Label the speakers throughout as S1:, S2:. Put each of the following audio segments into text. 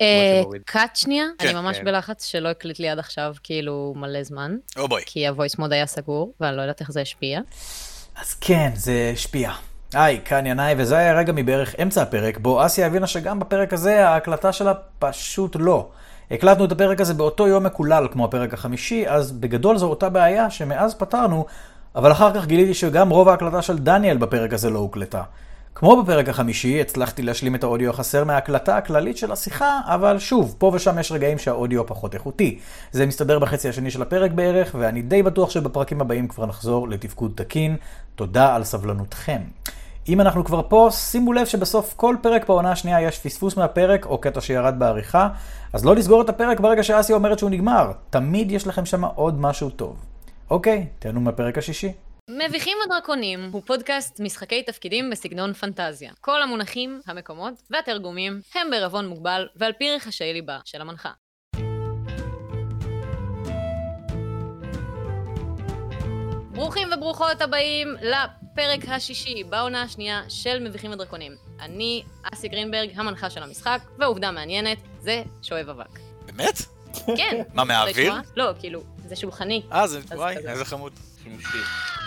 S1: אה,
S2: מוריד.
S1: קאט שנייה,
S3: כן.
S1: אני ממש
S2: כן.
S1: בלחץ שלא הקליט לי עד עכשיו כאילו מלא זמן,
S3: או בואי.
S1: כי הוויס מוד היה סגור, ואני לא יודעת איך זה השפיע.
S4: אז כן, זה השפיע. היי, כאן ינאי, וזה היה רגע מבערך אמצע הפרק, בו אסיה הבינה שגם בפרק הזה ההקלטה שלה פשוט לא. הקלטנו את הפרק הזה באותו יום מקולל כמו הפרק החמישי, אז בגדול זו אותה בעיה שמאז פתרנו, אבל אחר כך גיליתי שגם רוב ההקלטה של דניאל בפרק הזה לא הוקלטה. כמו בפרק החמישי, הצלחתי להשלים את האודיו החסר מההקלטה הכללית של השיחה, אבל שוב, פה ושם יש רגעים שהאודיו פחות איכותי. זה מסתדר בחצי השני של הפרק בערך, ואני די בטוח שבפרקים הבאים כבר נחזור לתפקוד תקין. תודה על סבלנותכם. אם אנחנו כבר פה, שימו לב שבסוף כל פרק בעונה השנייה יש פספוס מהפרק או קטע שירד בעריכה, אז לא לסגור את הפרק ברגע שאסיה אומרת שהוא נגמר. תמיד יש לכם שם עוד משהו טוב. אוקיי, תהנו מהפרק השישי.
S1: מביכים הדרקונים הוא פודקאסט משחקי תפקידים בסגנון פנטזיה. כל המונחים, המקומות והתרגומים הם בערבון מוגבל ועל פי רחשי ליבה של המנחה. ברוכים וברוכות הבאים לפרק השישי בעונה השנייה של מביכים ודרקונים. אני אסי גרינברג, המנחה של המשחק, ועובדה מעניינת, זה שואב אבק.
S3: באמת?
S1: כן.
S3: מה, מהאוויר?
S1: לא, כאילו, זה שולחני,
S3: אה, זה...
S1: אז
S3: וואי,
S1: כזה.
S3: איזה חמוד.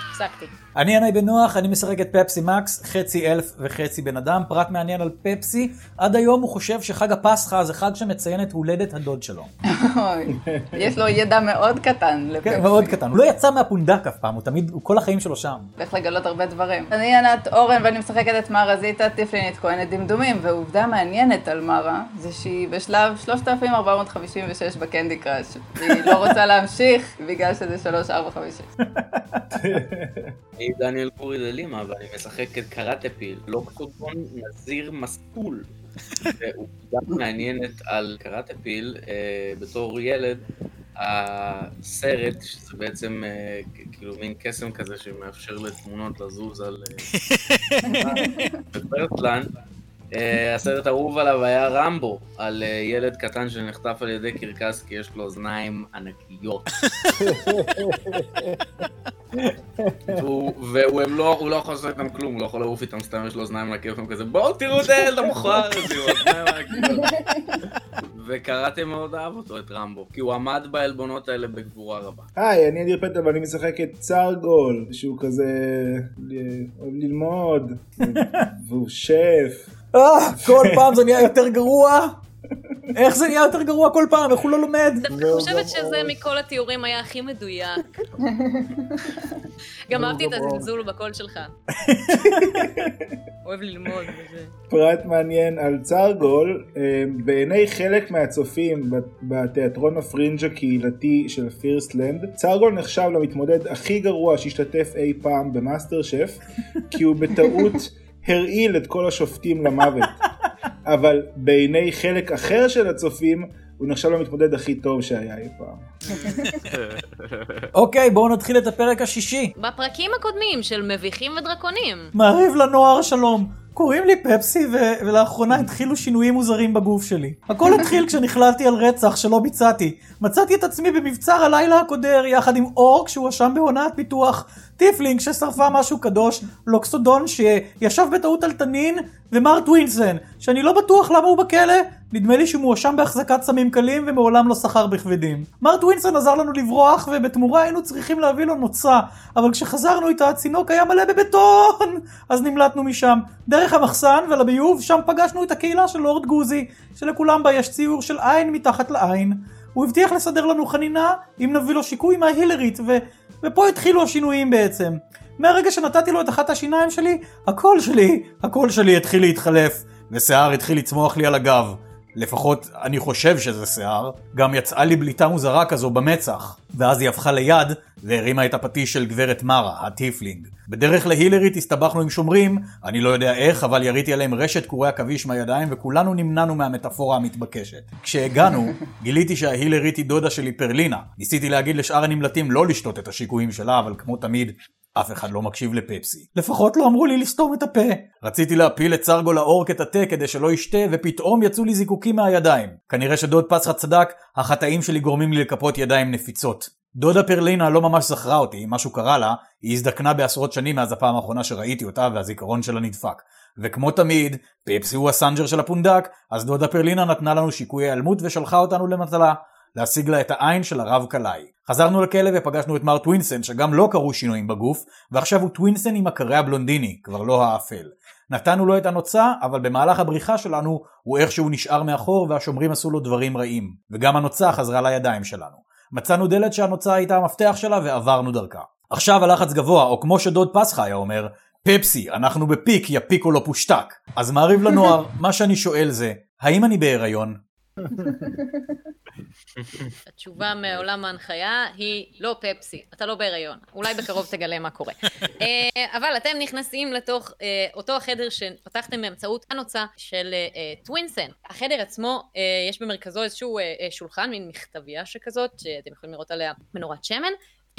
S1: הפסקתי.
S4: אני ינאי בן נוח, אני משחק את פפסי מקס, חצי אלף וחצי בן אדם, פרט מעניין על פפסי, עד היום הוא חושב שחג הפסחא זה חג שמציין את הולדת הדוד שלו.
S5: אוי, יש לו ידע מאוד קטן לפרסי.
S4: כן, מאוד קטן, הוא לא יצא מהפונדק אף פעם, הוא תמיד, הוא כל החיים שלו שם.
S5: הולך לגלות הרבה דברים. אני ענת אורן ואני משחקת את מארה זיטה, טיפלינית כהנת דמדומים, ועובדה מעניינת על מארה, זה שהיא בשלב 3456 בקנדי קראש. והיא לא רוצה להמשיך בגלל שזה 3456.
S2: אני דניאל קורי דלימה, ואני משחק את קראטה פיל, לוקסודון נזיר מסטול. ועובדה מעניינת על קראטה פיל, אה, בתור ילד, הסרט, שזה בעצם אה, כ- כאילו מין קסם כזה שמאפשר לתמונות לזוז על... אה, בברטלנד, אה, הסרט האהוב עליו היה רמבו, על אה, ילד קטן שנחטף על ידי קרקס כי יש לו אוזניים ענקיות. והוא והוא- הם לא, הוא לא יכול לעשות איתם כלום, הוא לא יכול לעוף איתם, סתם יש לו אוזניים על הכיף, הם כזה בואו תראו את הילד המכוער הזה, הוא אוזניים על הכיף. וקראטה מאוד אהב אותו, את רמבו, כי הוא עמד בעלבונות האלה בגבורה רבה.
S6: היי, אני אדיר פטל ואני משחק את צארגול, שהוא כזה ל- אוהב ללמוד, והוא שף.
S4: אה, כל פעם זה נהיה יותר גרוע. איך זה נהיה יותר גרוע כל פעם? איך הוא לא לומד?
S1: דווקא חושבת שזה מכל התיאורים היה הכי מדויק. גם אהבתי את הזלזול בקול שלך. אוהב ללמוד וזה.
S6: פרט מעניין על צארגול, אה, בעיני חלק מהצופים בת- בתיאטרון הפרינג' הקהילתי של פירסטלנד, צארגול נחשב למתמודד הכי גרוע שהשתתף אי פעם במאסטר שף, כי הוא בטעות הרעיל את כל השופטים למוות. אבל בעיני חלק אחר של הצופים, הוא נחשב למתמודד הכי טוב שהיה אי פעם.
S4: אוקיי, בואו נתחיל את הפרק השישי.
S1: בפרקים הקודמים של מביכים ודרקונים.
S4: מעריב לנוער שלום. קוראים לי פפסי ו- ולאחרונה התחילו שינויים מוזרים בגוף שלי. הכל התחיל כשנכללתי על רצח שלא ביצעתי. מצאתי את עצמי במבצר הלילה הקודר יחד עם אורק שהואשם בהונאת פיתוח, טיפלינג ששרפה משהו קדוש, לוקסודון שישב בטעות על תנין, ומר טווינסן, שאני לא בטוח למה הוא בכלא, נדמה לי שהוא מואשם בהחזקת סמים קלים ומעולם לא סחר בכבדים. מר טווינסון עזר לנו לברוח ובתמורה היינו צריכים להביא לו נוצה, אבל כשחזרנו איתה הצינוק היה מלא בבטון! אז נמלטנו משם. דרך המחסן ולביוב, שם פגשנו את הקהילה של לורד גוזי, שלכולם בה יש ציור של עין מתחת לעין. הוא הבטיח לסדר לנו חנינה אם נביא לו שיקוי מההילרית, ו... ופה התחילו השינויים בעצם. מהרגע שנתתי לו את אחת השיניים שלי, הקול שלי, הקול שלי התחיל להתחלף, ושיער התחיל לצמוח לי על הגב. לפחות אני חושב שזה שיער. גם יצאה לי בליטה מוזרה כזו במצח. ואז היא הפכה ליד, והרימה את הפטיש של גברת מרה, הטיפלינג. בדרך להילרית הסתבכנו עם שומרים, אני לא יודע איך, אבל יריתי עליהם רשת קורי עכביש מהידיים, וכולנו נמנענו מהמטאפורה המתבקשת. כשהגענו, גיליתי שההילרית היא דודה שלי פרלינה. ניסיתי להגיד לשאר הנמלטים לא לשתות את השיקויים שלה, אבל כמו תמיד, אף אחד לא מקשיב לפפסי. לפחות לא אמרו לי לסתום את הפה. רציתי להפיל את סרגו לאורק את התה כדי שלא ישתה, ופתאום יצאו לי זיקוקים מהידיים. כנראה שדוד פסחא צדק, החטאים שלי גורמים לי לכפות ידיים נפיצות. דודה פרלינה לא ממש זכרה אותי, משהו קרה לה, היא הזדקנה בעשרות שנים מאז הפעם האחרונה שראיתי אותה, והזיכרון שלה נדפק. וכמו תמיד, פפסי הוא הסנג'ר של הפונדק, אז דודה פרלינה נתנה לנו שיקוי היעלמות ושלחה אותנו למטלה, להשיג לה את העין של הרב קלעי. חזרנו לכלא ופגשנו את מר טווינסן, שגם לו קרו שינויים בגוף, ועכשיו הוא טווינסן עם הקרע הבלונדיני, כבר לא האפל. נתנו לו את הנוצה, אבל במהלך הבריחה שלנו הוא איכשהו נשאר מאחור והשומרים עשו לו דברים רעים. וגם הנוצה חזרה לידיים שלנו. מצאנו דלת שהנוצה הייתה המפתח שלה ועברנו דרכה. עכשיו הלחץ גבוה, או כמו שדוד פסחא היה אומר, פפסי, אנחנו בפיק, יא פיקו לא פושטק. אז מעריב לנוער, מה שאני שואל זה, האם אני בהיריון?
S1: התשובה מעולם ההנחיה היא לא פפסי, אתה לא בהיריון. אולי בקרוב תגלה מה קורה. אה, אבל אתם נכנסים לתוך אה, אותו החדר שפתחתם באמצעות הנוצה של אה, אה, טווינסן. החדר עצמו, אה, יש במרכזו איזשהו אה, אה, שולחן, מין מכתבייה שכזאת, שאתם יכולים לראות עליה מנורת שמן.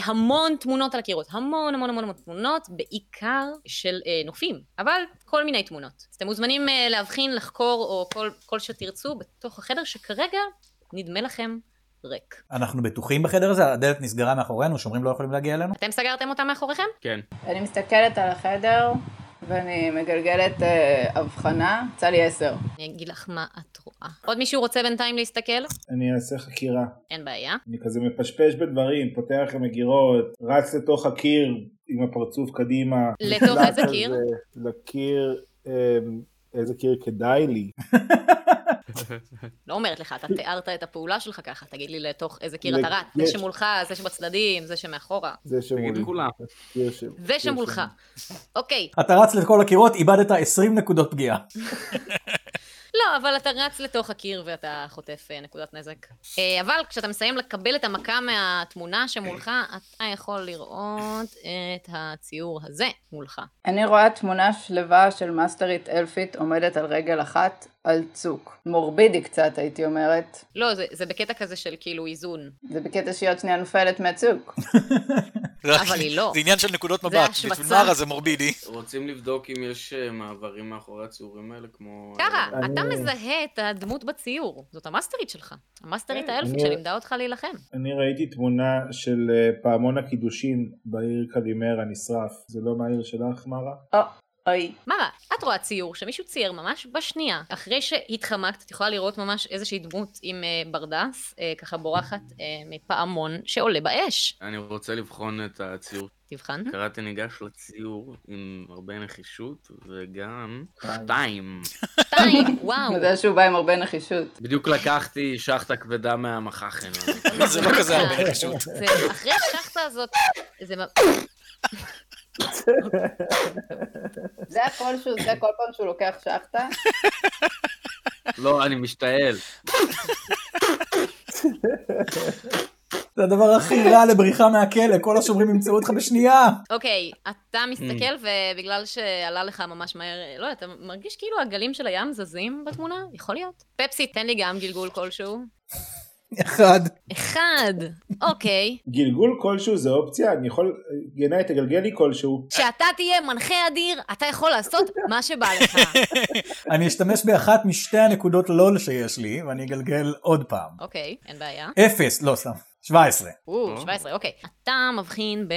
S1: המון תמונות על הקירות, המון המון המון המון תמונות, בעיקר של אה, נופים, אבל כל מיני תמונות. אז אתם מוזמנים אה, להבחין, לחקור או כל, כל שתרצו בתוך החדר שכרגע נדמה לכם ריק.
S4: אנחנו בטוחים בחדר הזה? הדלת נסגרה מאחורינו, שומרים לא יכולים להגיע אלינו?
S1: אתם סגרתם אותה מאחוריכם?
S2: כן.
S5: אני מסתכלת על החדר ואני מגלגלת אה, הבחנה, יצא לי עשר.
S1: אני אגיד לך מה את רואה. עוד מישהו רוצה בינתיים להסתכל?
S6: אני אעשה חקירה.
S1: אין בעיה.
S6: אני כזה מפשפש בדברים, פותח למגירות, רץ לתוך הקיר עם הפרצוף קדימה.
S1: לתוך
S6: נפלט
S1: איזה
S6: כזה
S1: קיר?
S6: לקיר, אמ, איזה קיר כדאי לי.
S1: לא אומרת לך, אתה תיארת את הפעולה שלך ככה, תגיד לי לתוך איזה קיר אתה
S6: לג-
S1: רץ. זה
S6: יש.
S1: שמולך, זה שבצדדים, זה שמאחורה.
S6: זה שמולי.
S2: תגידו כולם.
S6: קיר ש- קיר
S1: זה שמולך. אוקיי.
S4: אתה רץ לכל הקירות, איבדת 20 נקודות פגיעה.
S1: לא, אבל אתה רץ לתוך הקיר ואתה חוטף אה, נקודת נזק. אה, אבל כשאתה מסיים לקבל את המכה מהתמונה שמולך, אתה יכול לראות את הציור הזה מולך.
S5: אני רואה תמונה שלווה של מאסטרית אלפית עומדת על רגל אחת על צוק. מורבידי קצת, הייתי אומרת.
S1: לא, זה, זה בקטע כזה של כאילו איזון.
S5: זה בקטע שהיא עוד שנייה נופלת מהצוק.
S3: זה רק-
S1: אבל היא לא.
S3: זה עניין של נקודות
S1: זה
S3: מבט.
S1: השמצה.
S3: בשביל נערה זה מורבידי.
S2: רוצים לבדוק אם יש אה, מעברים מאחורי הציורים האלה, כמו...
S3: נכון.
S1: ככה,
S2: אה,
S1: אתה מזהה את הדמות בציור. זאת המאסטרית שלך. המאסטרית
S3: כן,
S1: האלפית
S6: אני-
S1: שלימדה אותך להילחם.
S6: אני ראיתי תמונה של אה, פעמון הקידושין בעיר קלימרה נשרף. זה לא מהעיר שלך, מרה?
S5: או, אוי.
S1: מרה, את רואה ציור שמישהו צייר ממש בשנייה. אחרי שהתחמקת, את יכולה לראות ממש איזושהי דמות עם אה, ברדס, אה, ככה בורחת אה, מפעמון שעולה באש.
S2: אני רוצה לבחון את הציור.
S1: תבחן.
S3: כן.
S2: קראתי ניגש לציור עם הרבה נחישות, וגם... שתיים.
S1: שתיים, וואו.
S5: מזל שהוא בא עם הרבה נחישות.
S2: בדיוק לקחתי שחטה כבדה מהמחכן.
S3: זה לא כזה הרבה נחישות.
S1: אה, זה- אחרי השחטה הזאת, זה... מ-
S5: זה הקול שהוא עושה כל פעם שהוא לוקח שחטה.
S2: לא, אני משתעל.
S4: זה הדבר הכי רע לבריחה מהכלא, כל השומרים ימצאו אותך בשנייה.
S1: אוקיי, אתה מסתכל,
S3: Mm.
S1: ובגלל שעלה לך ממש מהר, אה, לא, אתה מרגיש כאילו הגלים של הים זזים בתמונה? יכול להיות. פפסי, תן לי גם גלגול כלשהו.
S4: אחד.
S1: אחד. אוקיי.
S6: גלגול כלשהו זה אופציה? אני יכול... ינאי, תגלגל לי כלשהו.
S1: כשאתה תהיה מנחה אדיר, אתה יכול לעשות מה שבא לך.
S4: אני אשתמש באחת משתי הנקודות לול שיש לי, ואני אגלגל עוד פעם.
S1: אוקיי, אין בעיה.
S4: אפס, לא, סתם. 17.
S1: או, 17, אוקיי. אתה מבחין ב...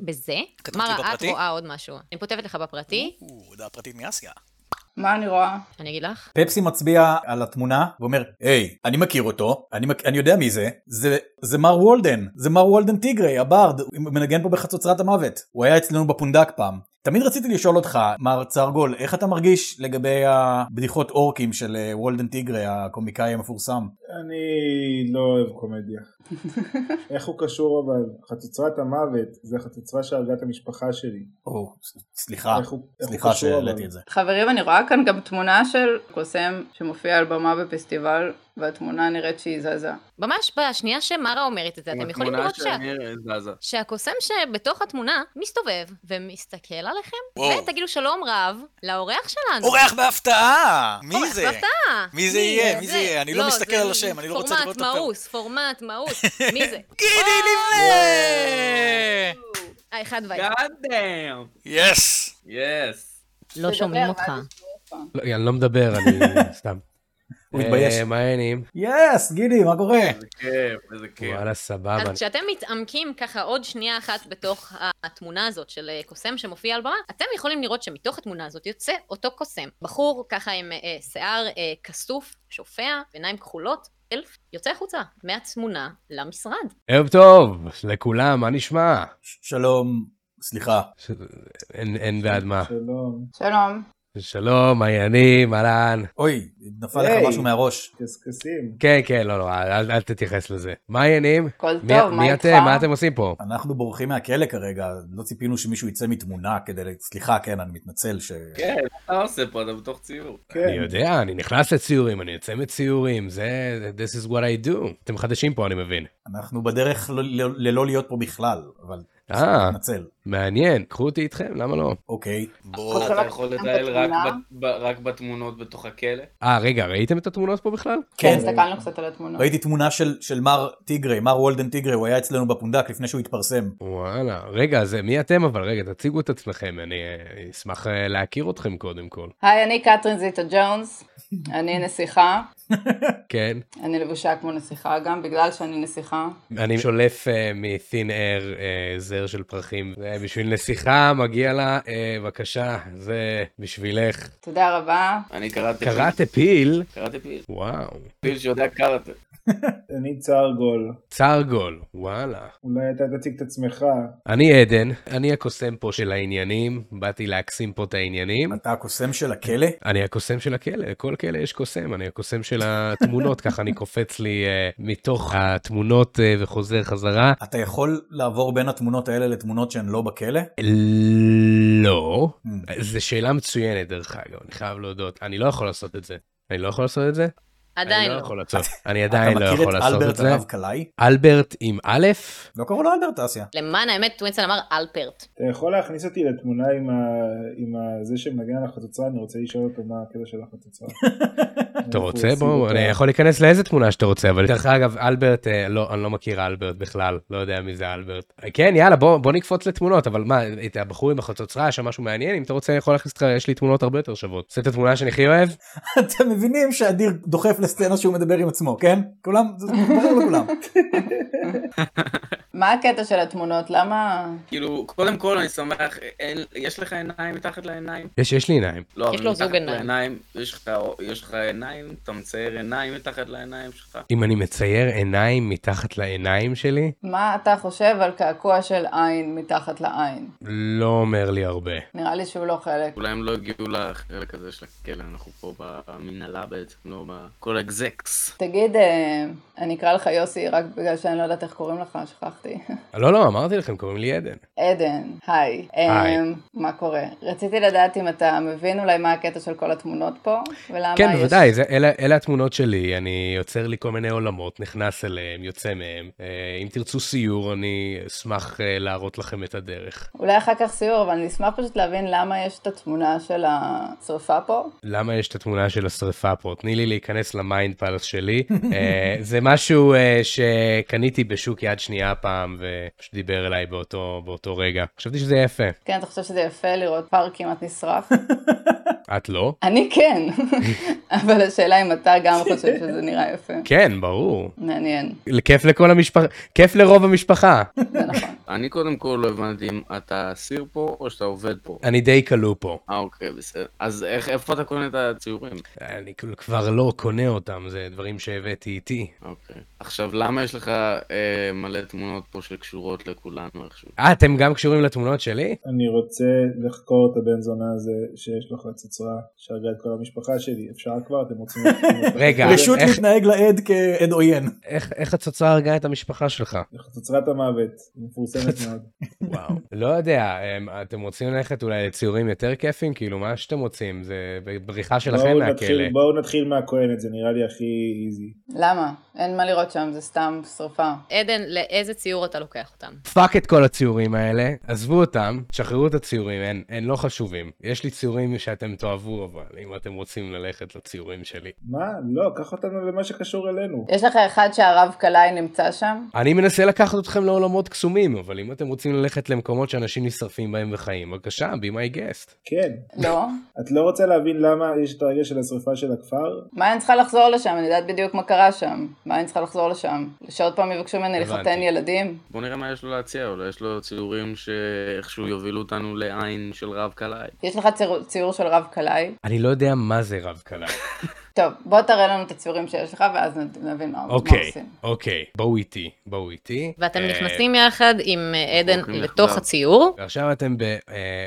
S1: בזה.
S3: כתבת לי
S1: מרה, את
S3: בפרטי?
S1: רואה עוד משהו. אני כותבת לך בפרטי,
S3: או, הודעה פרטית מאסיה.
S5: מה אני רואה?
S1: אני אגיד לך.
S4: פפסי מצביע על התמונה ואומר, היי, אני מכיר אותו, אני, מק... אני יודע מי זה, זה, זה מר וולדן, זה מר וולדן טיגרי, הברד, הוא מנגן פה בחצוצרת המוות. הוא היה אצלנו בפונדק פעם. תמיד רציתי לשאול אותך, מר צרגול, איך אתה מרגיש לגבי הבדיחות אורקים של אה, וולדן טיגרי, הקומיקאי המפורסם?
S6: אני לא אוהב קומדיה. איך הוא קשור אבל? חצוצרת המוות זה החצוצרה שהרגה את המשפחה שלי.
S4: או, ס- סליחה,
S6: איך הוא-
S4: אה,
S6: איך הוא
S4: סליחה
S6: קשור, אבל?
S4: שהעליתי את זה.
S5: חברים, אני רואה כאן גם תמונה של קוסם שמופיע על במה בפסטיבל, והתמונה נראית שהיא זזה.
S1: ממש בשנייה שמרה אומרת את זה, אתם יכולים לראות שה...
S2: התמונה שאני זזה.
S1: שהקוסם שבתוך התמונה מסתובב ומסתכל עליכם,
S3: וואו.
S1: ותגידו שלום רב לאורח שלנו.
S3: אורח בהפתעה! מי
S1: אורח לא
S3: זה?
S1: בהפתעה.
S3: מי זה יהיה? מי זה יהיה? אני לא מסתכל
S1: זה
S3: על השם, אני לא רוצה לראות את
S1: פורמט
S3: הפרק.
S1: מאוס, פורמט מאוס. מי זה?
S3: גידי לבנה!
S1: האחד והאחד.
S2: God damn!
S3: יס!
S2: יס.
S1: לא
S5: תדבר,
S1: שומעים
S5: מה
S1: אותך.
S5: זה?
S7: לא, אני לא מדבר, אני סתם.
S4: הוא התבייש.
S7: אה, מה העניינים?
S4: יס, גידי, מה קורה?
S2: איזה כיף, איזה כיף.
S7: וואלה, סבבה.
S1: אז כשאתם מתעמקים ככה עוד שנייה אחת בתוך התמונה הזאת של אה, קוסם שמופיע על במה, אתם יכולים לראות שמתוך התמונה הזאת יוצא אותו קוסם. בחור ככה עם אה, שיער אה, כסוף, שופע, עיניים כחולות, אלף, יוצא החוצה מהתמונה למשרד.
S7: ערב טוב לכולם, מה נשמע?
S4: ש- שלום, סליחה.
S7: ש- אין- אין בעד מה.
S6: שלום.
S5: שלום.
S7: שלום, מה העניינים, אהלן.
S4: אוי, נפל לך
S6: היי.
S4: משהו מהראש.
S6: קשקשים.
S7: כן, כן, לא, לא, אל אל- אל תתייחס לזה. מה העניינים?
S5: הכל
S7: מי-
S5: טוב, מה
S7: מי
S5: איתך?
S7: אתם? מה אתם עושים פה?
S4: אנחנו בורחים מהכלא כרגע, לא ציפינו שמישהו יצא מתמונה כדי... ל- סליחה, כן, אני מתנצל ש...
S2: כן, מה אתה עושה פה? אתה בתוך ציור.
S7: אני
S6: כן.
S7: יודע, אני נכנס לציורים, אני יוצא מציורים, זה... This is what I do. אתם חדשים פה, אני מבין.
S4: אנחנו בדרך ל- ל- ללא להיות פה בכלל, אבל...
S7: אה.
S4: מתנצל.
S7: מעניין, קחו אותי איתכם, למה לא?
S4: אוקיי.
S3: בוא.
S2: אתה יכול לטייל רק
S5: בתמונה?
S2: ב- ב- רק בתמונות בתוך הכלא?
S7: אה, רגע, ראיתם את התמונות פה בכלל?
S5: כן, הסתכלנו קצת על התמונות.
S4: ראיתי תמונה של, של מר טיגרי, מר וולדן טיגרי, הוא היה אצלנו בפונדק לפני שהוא התפרסם.
S7: וואלה, רגע, אז מי אתם אבל? רגע, תציגו את עצמכם, אני אה, אשמח אה, להכיר אתכם קודם כל.
S5: היי, אני קתרין זיטה ג'ונס, אני נסיכה,
S7: כן,
S5: אני לבושה כמו נסיכה גם, בגלל שאני נסיכה.
S7: אני שולף אה, מ-thin air אה, זר של פרחים. זה בשביל נסיכה, מגיע לה, אה, בבקשה, זה בשבילך.
S5: תודה רבה.
S2: אני קראתי פיל.
S7: קראת פיל?
S2: קראתי פיל.
S7: וואו.
S2: פיל שיודע קראטה.
S6: אני צרגול.
S7: צרגול, וואלה.
S6: אולי אתה תציג את עצמך.
S7: אני עדן, אני הקוסם פה של העניינים, באתי להקסים פה את העניינים.
S4: אתה הקוסם של הכלא?
S7: אני הקוסם של הכלא, לכל כלא יש קוסם, אני הקוסם של התמונות, ככה אני קופץ לי אה, מתוך התמונות אה, וחוזר חזרה.
S4: אתה יכול לעבור בין התמונות האלה לתמונות שהן לא בכלא?
S7: אה, לא,
S4: Hmm.
S7: זו שאלה מצוינת דרך אגב, אני חייב להודות, אני לא יכול לעשות את זה. אני לא יכול לעשות את זה?
S1: עדיין
S7: אני
S1: לא.
S7: לא יכול לעשות. אני עדיין לא יכול
S4: אתה מכיר
S7: לעשות
S4: את
S7: את
S4: אלברט
S7: זה.
S4: הרב קלעי?
S7: אלברט עם א',
S4: לא קראו לו אלברט אסיה.
S1: למען האמת, טווינסון אמר אלפרט.
S6: אתה יכול להכניס אותי לתמונה עם, ה... עם ה... זה שמנגן על החצוצרה? אני רוצה לשאול אותו מה הקטע של החצוצרה.
S7: אתה רוצה? בוא, אני יכול להיכנס לאיזה תמונה שאתה רוצה, אבל דרך אגב, אלברט, אה, לא, אני לא מכיר אלברט בכלל, לא יודע מי זה אלברט. אה, כן, יאללה, בוא בוא נקפוץ לתמונות, אבל מה, את הבחור עם החצוצרה, שם משהו מעניין, אם אתה רוצה, אני יכול להכניס אותך, יש לי תמונות הרבה יותר שוות. זאת התמונה שאני הכי אוהב?
S4: אתם מבינים שאדיר דוחף לסצנה שהוא מדבר עם עצמו, כן? כולם, זה ברור לכולם.
S5: מה הקטע של התמונות? למה...
S2: כאילו, קודם כל אני שמח, אין- יש לך עיניים מתחת לעיניים?
S7: יש, יש לי עיניים.
S2: לא,
S1: יש
S2: אבל
S1: לו זוג
S2: מתחת
S1: עיניים.
S2: לעיניים, יש לך- יש לך עיניים, אתה מצייר עיניים מתחת לעיניים שלך.
S7: אם אני מצייר עיניים מתחת לעיניים שלי,
S5: מה אתה חושב על קעקוע של עין מתחת לעין?
S7: לא אומר לי הרבה.
S5: נראה לי שהוא לא חלק.
S2: אולי הם לא הגיעו לחלק הזה של הכלא, אנחנו פה במנהלה בעצם, לא בכל אקזקס.
S5: תגיד, אה, אני אקרא לך יוסי רק בגלל שאני לא יודעת איך קוראים לך, שכחתי.
S7: לא, לא, אמרתי לכם, קוראים לי עדן.
S5: עדן, היי.
S7: היי.
S5: אמ, מה קורה? רציתי לדעת אם אתה מבין אולי מה הקטע של כל התמונות פה, ולמה
S7: כן,
S5: יש...
S7: בוודאי, זה, אלה, אלה התמונות שלי, אני יוצר לי כל מיני עולמות, נכנס אליהם, יוצא מהם. אה, אם תרצו סיור, אני אשמח אה, להראות לכם את הדרך.
S5: אולי אחר כך סיור, אבל אני אשמח פשוט להבין למה יש את התמונה של השרפה פה.
S7: למה יש את התמונה של השריפה פה? תני לי להיכנס למיינד פלס שלי. אה, זה משהו אה, שקניתי בשוק יד שנייה פעם, ופשוט דיבר אליי באותו, באותו רגע. חשבתי שזה יפה.
S5: כן, אתה חושב שזה יפה לראות פארק כמעט נשרף?
S7: את לא?
S5: אני כן, אבל השאלה אם אתה גם חושב שזה נראה יפה.
S7: כן, ברור.
S5: מעניין,
S7: כיף לכל המשפחה, כיף לרוב המשפחה.
S5: זה נכון.
S2: אני קודם כל לא הבנתי אם אתה אסיר פה או שאתה עובד פה.
S7: אני די כלוא פה.
S2: אה, אוקיי, בסדר. אז איך- איפה אתה קונה את הציורים?
S7: אני כאילו כבר לא קונה אותם, זה דברים שהבאתי איתי.
S2: אוקיי. עכשיו, למה יש לך אה, מלא תמונות פה שקשורות לכולנו איכשהו?
S7: אה, אתם גם קשורים לתמונות שלי?
S6: אני רוצה לחקור את הבן זונה הזה שיש לו חצוצרה שהרגה את כל המשפחה שלי. אפשר כבר? אתם רוצים...
S7: רגע.
S4: רשות
S7: כן, איך-
S4: להתנהג לעד כעד עוין.
S7: איך, איך הצצה הרגה את המשפחה שלך?
S6: חצוצרת המוות, היא מפורסמת מאוד.
S7: וואו. לא יודע, אמ, אתם רוצים ללכת אולי לציורים יותר כיפים? כאילו, מה שאתם רוצים? זה בריחה שלכם
S6: בואו נתחיל-
S7: מהכלא.
S6: בואו נתחיל מהכהנת, זה נראה לי הכי איזי.
S5: למה? אין מה לראות שם, זה סתם שרפה.
S1: עדן, לאיזה ציור אתה לוקח אותם?
S7: פאק את כל הציורים האלה, עזבו אותם, שחררו את הציורים, הם, הם לא חשובים. יש לי ציורים שאתם תאהבו, אבל אם אתם רוצים ללכת לציורים שלי.
S6: מה? לא, קח אותנו למה שקשור אלינו.
S5: יש לך אחד שהרב קלעי נמצא שם?
S7: אני מנסה לקחת אתכם לעולמות קסומים, אבל אם אתם רוצים ללכת למקומות שאנשים נשרפים בהם וחיים, בבקשה, be my guest.
S6: כן.
S5: לא.
S6: את לא רוצה להבין למה יש את הרגע של השרפה של הכפר?
S5: מה אני צריכה לחזור לשם? אני יודעת בדיוק מה קרה שם. מה אני צריכה לחזור לשם? שעוד פעם יבקשו ממני
S7: הבנתי.
S5: לחתן ילדים?
S2: בוא נראה מה יש לו להציע, אולי יש לו ציורים שאיכשהו יובילו אותנו לעין של רב קלעי.
S5: יש לך ציור, ציור של רב קלעי?
S7: אני לא יודע מה זה רב קלה.
S5: טוב, בוא תראה לנו את הציורים שיש לך, ואז נ- נבין מה, מה
S7: אוקיי,
S5: עושים.
S7: אוקיי, בואו איתי, בואו איתי.
S1: ואתם
S7: אה,
S1: נכנסים יחד עם אה, עדן
S2: הולכים
S1: לתוך
S2: יחדיו.
S1: הציור.
S7: ועכשיו אתם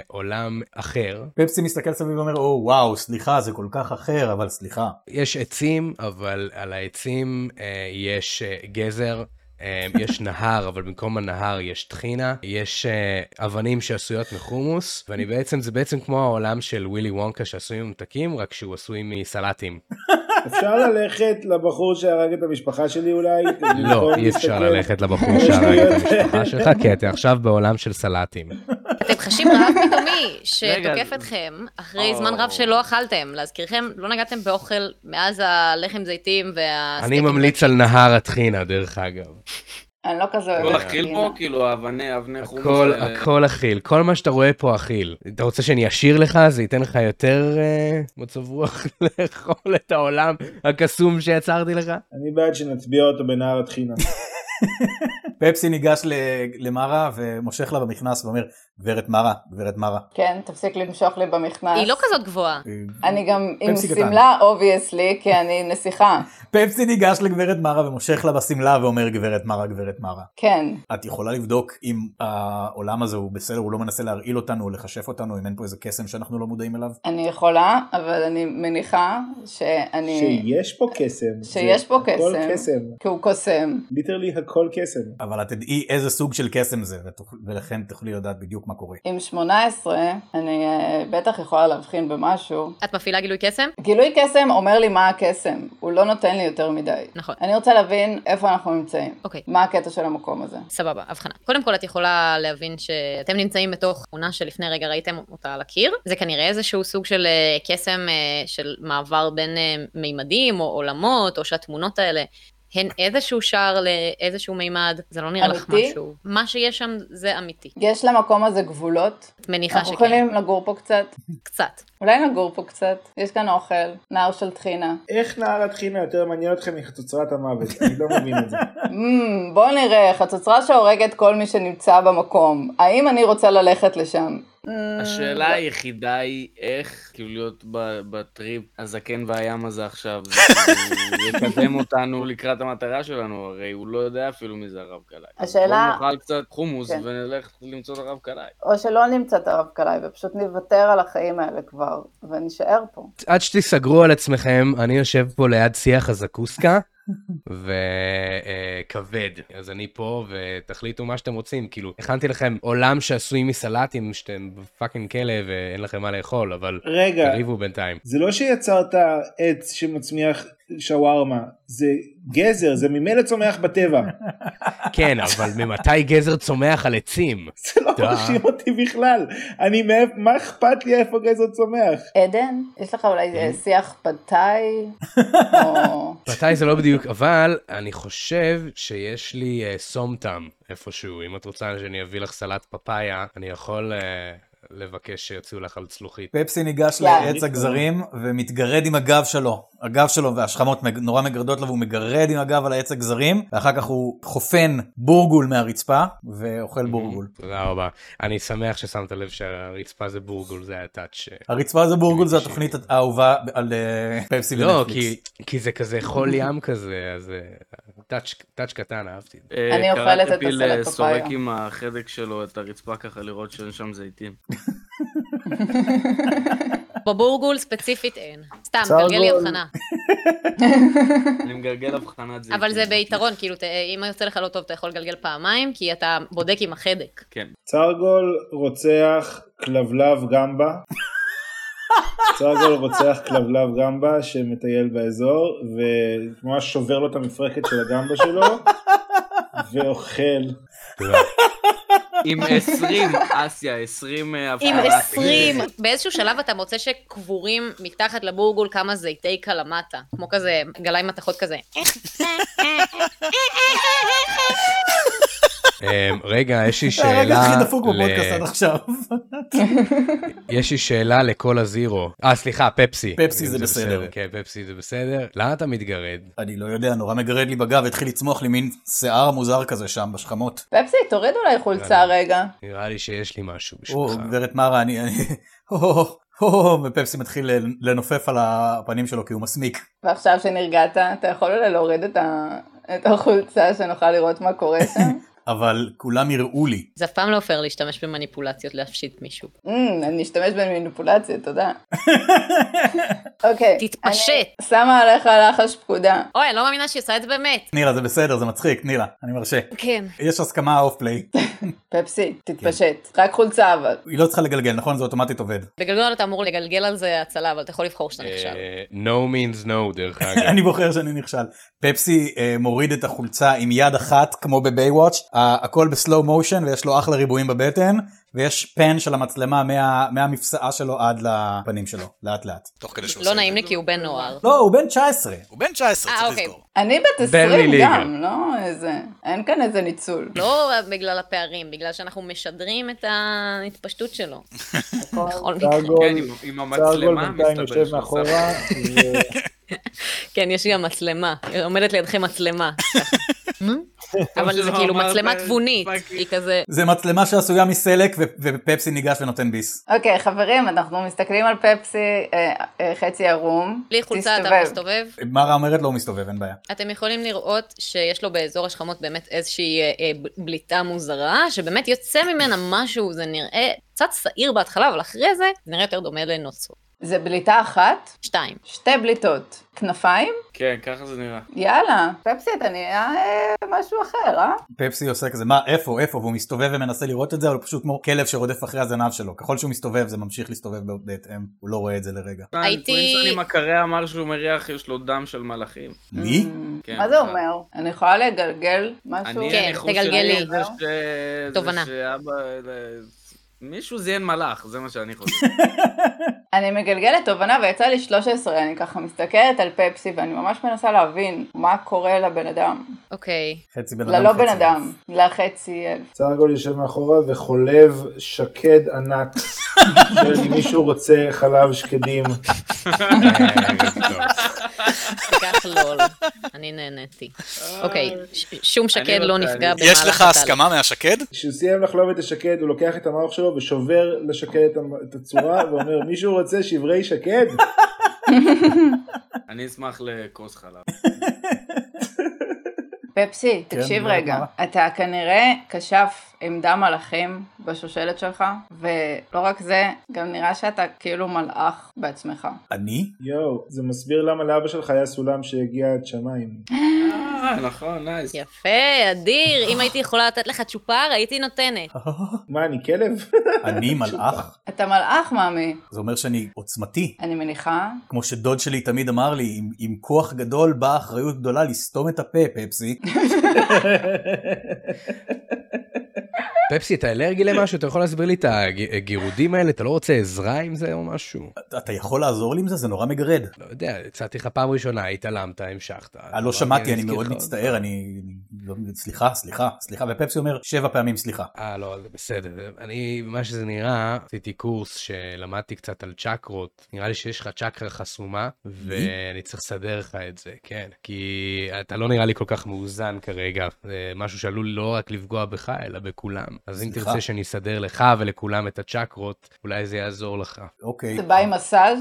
S7: בעולם אחר,
S4: פפסי מסתכל סביב ואומר, או וואו, סליחה, זה כל כך אחר, אבל סליחה.
S7: יש עצים, אבל על העצים אה, יש אה, גזר, אה, יש נהר, אבל במקום הנהר יש טחינה, יש אה, אבנים שעשויות מחומוס, ואני בעצם, זה בעצם כמו העולם של ווילי וונקה שעשוי ממתקים, רק שהוא עשוי מסלטים.
S6: אפשר ללכת לבחור שהרג את המשפחה שלי אולי?
S7: לא,
S5: נכון,
S6: במקום
S7: אי אפשר
S6: להסתכל-
S7: ללכת לבחור שהרג את המשפחה שלך, כי אתה עכשיו בעולם של סלטים.
S1: אתם חשים רעב פתאומי שתוקף
S2: רגע.
S1: אתכם אחרי
S2: או.
S1: זמן רב שלא אכלתם. להזכירכם, לא נגעתם באוכל מאז הלחם זיתים והסטייקים.
S7: אני ממליץ על נהר הטחינה, דרך אגב.
S5: אני לא כזה
S2: כל
S5: אוהבת
S2: אכיל פה,
S5: גינה.
S2: כאילו, אבני, אבני חומוס.
S7: הכל,
S2: האלה.
S7: הכל אכיל, כל מה שאתה רואה פה אכיל. אתה רוצה שאני אשאיר לך? זה ייתן לך יותר אה, מצב רוח לאכול את העולם הקסום שיצרתי לך?
S6: אני בעד שנצביע אותו בנהר הטחינה.
S4: פפסי ניגש ל- למרה ומושך לה במכנס ואומר, גברת מרה, גברת מרה.
S5: כן, תפסיק למשוך לי במכנס.
S1: היא לא כזאת גבוהה.
S5: אני גם עם
S4: פפסי קטן.
S5: שמלה, אובייסלי, כי אני נסיכה.
S4: פפסי ניגש לגברת מרה ומושך לה בשמלה ואומר, גברת מרה, גברת מרה.
S5: כן.
S4: את יכולה לבדוק אם העולם הזה הוא בסדר, הוא לא מנסה להרעיל אותנו או לכשף אותנו, אם אין פה איזה קסם שאנחנו לא מודעים אליו?
S5: אני יכולה, אבל אני מניחה שאני...
S6: שיש פה קסם.
S5: שיש
S6: זה
S5: פה
S6: הכל
S5: קסם.
S6: קסם.
S5: כי הוא קוסם.
S6: ליטרלי הכל קסם.
S4: אבל את תדעי איזה סוג של קסם זה, ותוכ- ולכן תוכלי לדעת בדיוק מה קורה.
S5: עם 18, אני אה, בטח יכולה להבחין במשהו.
S1: את מפעילה גילוי קסם?
S5: גילוי קסם אומר לי מה הקסם, הוא לא נותן לי יותר מדי.
S1: נכון.
S5: אני רוצה להבין איפה אנחנו נמצאים.
S1: אוקיי.
S5: מה הקטע של המקום הזה?
S1: סבבה, הבחנה. קודם כל את יכולה להבין שאתם נמצאים בתוך תמונה שלפני רגע ראיתם אותה על הקיר. זה כנראה איזשהו סוג של אה, קסם אה, של מעבר בין אה, מימדים או עולמות, או שהתמונות האלה הן איזשהו שער לאיזשהו מימד. זה לא נראה לך
S5: אמיתי?
S1: משהו. מה שיש שם זה אמיתי.
S5: יש למקום הזה גבולות?
S1: את מניחה
S5: אנחנו
S1: שכן.
S5: יכולים לגור פה קצת?
S1: קצת.
S5: אולי נגור פה קצת? יש כאן אוכל, נער של טחינה.
S6: איך נהר הטחינה יותר מעניין אתכם מחצוצרת המוות? אני לא מבין את זה.
S5: Mm, בואו נראה, חצוצרה שהורגת כל מי שנמצא במקום. האם אני רוצה ללכת לשם? Mm,
S2: השאלה היחידה היא איך, כאילו להיות ב- בטריפ הזקן והים הזה עכשיו, זה כאילו יקדם אותנו לקראת המטרה שלנו, הרי הוא לא יודע אפילו מי זה הרב קלעי. אז
S5: השאלה-
S2: בוא נאכל קצת חומוס
S5: כן.
S2: ונלך למצוא את הרב קלעי.
S5: או שלא נמצא את הרב קלעי ופשוט נוותר על החיים האלה כבר, ונישאר פה.
S7: עד שתיסגרו על עצמכם, אני יושב פה ליד שיח הזקוסקה. וכבד אז אני פה ותחליטו מה שאתם רוצים כאילו הכנתי לכם עולם שעשוי מסלטים שאתם פאקינג כלא ואין לכם מה לאכול אבל
S6: רגע,
S7: תריבו בינתיים
S6: זה לא שיצרת עץ שמצמיח שווארמה, זה גזר, זה ממילא צומח בטבע.
S7: כן אבל ממתי גזר צומח על עצים
S6: זה לא
S7: דה.
S6: מרשים אותי בכלל. אני מאיפה, מה אכפת לי איפה גזר צומח?
S5: עדן, יש לך אולי אה, שיח פתאי? או...
S7: מתי זה לא בדיוק, אבל אני חושב שיש לי אה, סומטם איפשהו. אם את רוצה שאני אביא לך סלט פפאיה, אני יכול אה, לבקש שיוציאו לך על צלוחית.
S4: פפסי ניגש
S5: יאללה.
S4: לעץ הגזרים ומתגרד עם הגב שלו. הגב שלו והשכמות מג- נורא מגרדות לו והוא מגרד עם הגב על העץ הגזרים, ואחר כך הוא חופן בורגול מהרצפה ואוכל בורגול.
S7: תודה רבה. אני שמח ששמת לב שהרצפה זה בורגול, זה היה טאץ'. אה,
S4: הרצפה זה בורגול זה התוכנית האהובה על אה, פפסי
S7: לא,
S4: בנטפליקס.
S7: כי, כי זה כזה חול ים כזה, אז אה, טאץ', טאץ' קטן, אהבתי. את זה.
S5: אני
S2: אה,
S5: אוכלת את
S2: קראתי פיל,
S5: הסלט
S2: אה,
S5: פפאיה.
S2: סורק עם החדק שלו את הרצפה ככה לראות שאין שם זיתים.
S1: בבורגול ספציפית אין. סתם,
S6: צרגול.
S1: תגלגל לי הבחנה.
S2: אני מגלגל הבחנת זיתים.
S1: אבל זה ביתרון, כאילו, ת- אם יוצא לך לא טוב, אתה יכול לגלגל פעמיים, כי אתה בודק עם החדק.
S2: כן.
S6: צרגול רוצח כלבלב גמבה. צרגול רוצח כלבלב גמבה שמטייל באזור, וממש שובר לו את המפרקת של הגמבה שלו, ואוכל.
S2: עם 20, אסיה, 20
S1: עם
S2: הבחנה.
S1: 20. באיזשהו שלב אתה מוצא שקבורים מתחת לבורגול כמה זיתי קלמטה, כמו כזה גלאי מתכות כזה.
S7: אמ, רגע, יש לי
S4: זה הרגע
S7: שאלה...
S4: הכי דפוק
S7: ל-
S4: בפודקאסט נכון. עד עכשיו.
S7: יש לי שאלה לכל הזירו. אה, סליחה, פפסי.
S4: פפסי זה בסדר.
S7: כן, פפסי זה בסדר. למה אתה מתגרד?
S4: אני לא יודע, נורא מגרד לי בגב, התחיל לצמוח לי מין שיער מוזר כזה שם בשכמות.
S5: פפסי, תוריד אולי חולצה רגע.
S7: נראה לי שיש לי משהו
S4: או, לא
S7: בשבילך.
S4: גברת מרה, אני... אני- הו, הו, הו, ופפסי מתחיל לנופף על הפנים שלו כי הוא מסמיק.
S5: ועכשיו שנרגעת, אתה יכול אולי להוריד את ה- את החולצה שנוכל לראות מה קורה שם?
S4: אבל כולם יראו לי.
S1: זה אף פעם לא פייר להשתמש במניפולציות להפשיט מישהו.
S5: אמ, אני אשתמש במניפולציה, תודה. אוקיי.
S1: תתפשט.
S5: אני שמה עליך לחש פקודה.
S1: אוי, אני לא מאמינה שהיא עושה את זה באמת.
S4: נילה, זה בסדר, זה מצחיק, נילה, אני מרשה.
S1: כן.
S4: יש הסכמה אוף פליי.
S5: פפסי, תתפשט. רק חולצה אבל.
S4: היא לא צריכה לגלגל, נכון? זה אוטומטית עובד.
S3: כן.
S1: בגלגול אתה אמור לגלגל על זה הצלה, אבל אתה יכול לבחור שאתה נכשל.
S7: אה, No means no, דרך אגב.
S4: אני בוחר שאני נכשל. פפסי אה, מוריד את החולצה עם יד אחת, כמו בבייוואץ', ה- הכל בסלואו מושן ויש לו אחלה ריבועים בבטן, ויש פן של המצלמה מה- מהמפסעה שלו עד לפנים שלו, לאט לאט.
S3: תוך כדי שהוא
S1: לא
S3: עושה
S1: נעים
S3: את
S1: לי כי הוא בן נוער.
S4: לא, הוא בן 19.
S3: זה. הוא בן 19,
S1: אה,
S3: צריך
S1: אוקיי.
S3: לזכור.
S5: אני בת
S7: ברלי
S5: 20
S7: ליגה.
S5: גם, לא איזה... אין כאן איזה ניצול.
S1: לא בגלל הפערים, בגלל שאנחנו משדרים את ההתפשטות שלו. בכל מקרה.
S2: כן,
S6: צרגול,
S2: עם- עם
S6: צרגול
S2: המצלמה
S6: בינתיים
S2: מסתבר
S6: יושב
S2: שהוא
S6: מאחורה,
S1: כן, יש גם מצלמה. עומדת לידכם מצלמה. אבל
S2: טוב
S1: זה
S2: שלא
S1: כאילו
S2: אמרת
S1: מצלמה תבונית.
S2: פאקינג.
S1: היא כזה...
S4: זה מצלמה שעשויה מסלק ו- ופפסי ניגש ונותן ביס.
S5: אוקיי, חברים, אנחנו מסתכלים על פפסי אה, אה, חצי ערום.
S1: בלי חולצה אתה
S5: תסתובב.
S1: מסתובב.
S4: מרה אומרת לו הוא מסתובב, אין בעיה.
S1: אתם יכולים לראות שיש לו באזור השכמות באמת איזושהי אה, אה, ב- בליטה מוזרה, שבאמת יוצא ממנה משהו, זה נראה קצת שעיר בהתחלה, אבל אחרי זה זה נראה יותר דומה לנוצות.
S5: זה בליטה אחת,
S1: שתיים.
S5: שתי בליטות. כנפיים?
S2: כן, ככה זה נראה.
S5: יאללה. פפסי, אתה נהיה אה, משהו אחר, אה?
S4: פפסי עושה כזה, מה, איפה, איפה, והוא מסתובב ומנסה לראות את זה, אבל הוא פשוט כמו כלב שרודף אחרי הזנב שלו. ככל שהוא מסתובב, זה ממשיך להסתובב בהתאם, הוא לא רואה את זה לרגע.
S2: אה,
S1: הייתי-
S2: פרינסון עם הקרע אמר שהוא מריח, יש לו דם של מלאכים.
S5: Mm.
S4: מי?
S2: כן,
S5: מה זה
S2: נכון.
S5: אומר? אני יכולה לגלגל משהו?
S2: אני,
S1: כן,
S2: הניחוש
S1: תגלגלי.
S2: שלי זה ש... זה
S1: תובנה.
S2: שאבא... מישהו זיין מלאך, זה מה שאני חושב.
S5: אני מגלגלת תובנה ויצא לי 13, אני ככה מסתכלת על פפסי ואני ממש מנסה להבין מה קורה לבן אדם.
S1: אוקיי.
S4: חצי
S2: לא
S4: בן אדם.
S5: ללא לא, בן
S4: חצי
S5: אדם, לחצי אל.
S6: צרגול יושב מאחורה וחולב שקד ענק, של אם מישהו רוצה חלב שקדים.
S7: אה,
S1: תיקח לול. לא אני נהניתי. אוקיי, ש- שום שקד
S2: רוצה,
S1: לא
S2: אני-
S1: נפגע במהלך
S3: יש לך
S1: התהליך.
S3: הסכמה מהשקד?
S6: כשהוא סיים לחלוב את השקד הוא לוקח את המעוך שלו ושובר לשקד את המ- את הצורה ואומר מישהו רוצה שברי שקד?
S2: אני אשמח לכוס חלב.
S5: פפסי,
S4: כן,
S5: תקשיב
S4: גברת
S5: רגע, אתה כנראה כשף עם דם מלאכים בשושלת שלך, ולא רק זה, גם נראה שאתה כאילו מלאך בעצמך.
S4: אני?
S6: יואו, זה מסביר למה לאבא שלך היה סולם שהגיע עד שמיים.
S2: אה, נכון, נייס.
S1: יפה, אדיר. אם הייתי יכולה לתת לך צ'ופר, הייתי נותנת.
S6: מה אני כלב?
S4: אני מלאך?
S5: אתה מלאך, מאמי,
S4: זה אומר שאני עוצמתי.
S5: אני מניחה.
S4: כמו שדוד שלי תמיד אמר לי, עם, עם כוח גדול באה אחריות גדולה לסתום את הפה, פפסי.
S7: פפסי, אתה אלרגי למשהו? אתה יכול להסביר לי את הגירודים האלה? אתה לא רוצה עזרה עם זה או משהו?
S4: אתה- אתה יכול לעזור לי עם זה? זה נורא מגרד.
S7: לא יודע, הצעתי לך פעם ראשונה, התעלמת, המשכת.
S4: אני לא
S7: אבל
S4: שמעתי, אני
S7: אזכיר
S4: מאוד
S7: לך עוד
S4: מצטער, אני... לא- סליחה, סליחה, סליחה, ופפסי אומר שבע פעמים סליחה.
S7: אה, לא, זה בסדר. אני, מה שזה נראה, עשיתי קורס שלמדתי קצת על צ'קרות. נראה לי שיש לך צ'קרה חסומה, ואני צריך לסדר לך את זה, כן. כי אתה לא נראה לי כל כך מאוזן כרגע. זה משהו שעלול לא רק לפגוע בך, אלא בכולם. אז אם
S4: סליחה.
S7: תרצה שאני אסדר לך ולכולם את הצ'קרות, אולי זה יעזור לך.
S4: אוקיי.
S5: זה בא עם מסאז'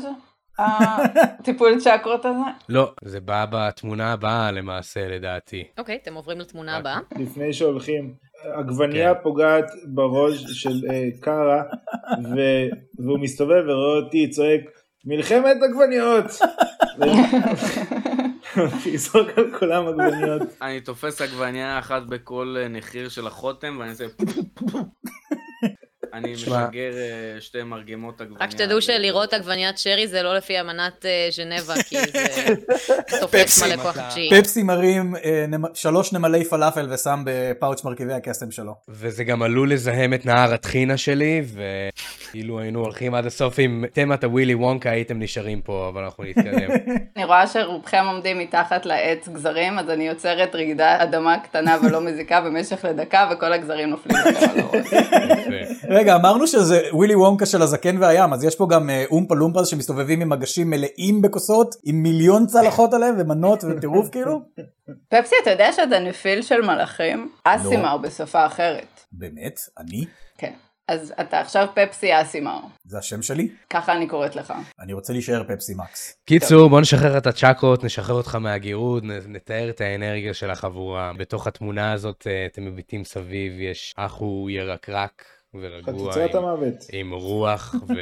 S5: הטיפול צ'קרות הזה?
S7: לא, זה בא בתמונה הבאה למעשה, לדעתי.
S1: אוקיי, אתם עוברים לתמונה הבאה.
S3: אה.
S6: לפני שהולכים. עגבנייה פוגעת בראש של אה, קארה ו- והוא מסתובב ורואה אותי צועק מלחמת עגבניות. לזרוק על כולם עגבניות.
S2: אני תופס עגבנייה אחת בכל אה, נחיר של החותם, ואני עושה... אני
S7: שמע.
S2: משגר אה, שתי מרגמות עגבניה.
S1: רק שתדעו שלראות עגבניית שרי זה לא לפי אמנת אה, ז'נבה, כי זה תופס
S3: פפסי,
S1: מלא כוח
S3: אתה-
S1: רגשי.
S4: פפסי מרים אה, נמ- שלוש נמלי פלאפל ושם בפאוץ' מרכיבי הקסם שלו.
S7: וזה גם עלול לזהם את נהר הטחינה שלי, וכאילו היינו הולכים עד הסוף עם תמת הווילי וונקה הייתם נשארים פה, אבל אנחנו נתקדם.
S5: אני רואה שרובכם עומדים מתחת לעץ גזרים, אז אני יוצרת רעידת אדמה קטנה ולא מזיקה במשך לדקה, וכל הגזרים נופלים לכל הראש.
S7: יפה.
S4: רגע, אמרנו שזה ווילי וונקה של הזקן והים, אז יש פה גם אה, אומפה לומפה שמסתובבים עם מגשים מלאים בכוסות, עם מיליון צלחות עליהם ומנות וטירוף כאילו?
S5: פפסי, אתה יודע שאתה נפיל של מלאכים?
S4: לא.
S5: אסימר בשפה אחרת.
S4: באמת? אני?
S5: כן. אז אתה עכשיו פפסי אסימר.
S4: זה השם שלי?
S5: ככה אני קוראת לך.
S4: אני רוצה להישאר פפסי מקס.
S7: קיצור, בוא נשחרר את הצ'קרות, נשחרר אותך מהגירוד, נ- נתאר את האנרגיה של החבורה. בתוך התמונה הזאת, אה, אתם מביטים סביב, יש אחו ירקרק ורגוע.
S6: חצוצרת
S7: עם-
S6: המוות.
S7: עם רוח, ו...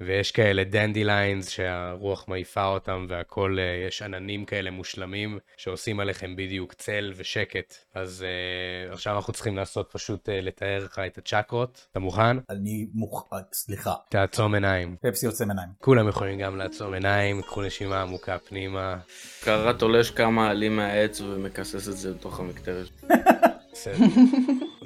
S7: ויש כאלה דנדיליינס שהרוח מעיפה אותם והכל, אה, יש עננים כאלה מושלמים שעושים עליכם בדיוק צל ושקט. אז uh, עכשיו אנחנו צריכים לעשות פשוט uh, לתאר לך את הצ'קרות. אתה מוכן?
S4: אני מוכ... אה, סליחה,
S7: תעצום עיניים.
S4: פפסי יוצא מעיניים.
S7: כולם יכולים גם לעצום עיניים, קחו נשימה עמוקה פנימה.
S2: קרה תולש כמה עלים מהעץ ומכסס את זה לתוך המקטרת.
S7: בסדר,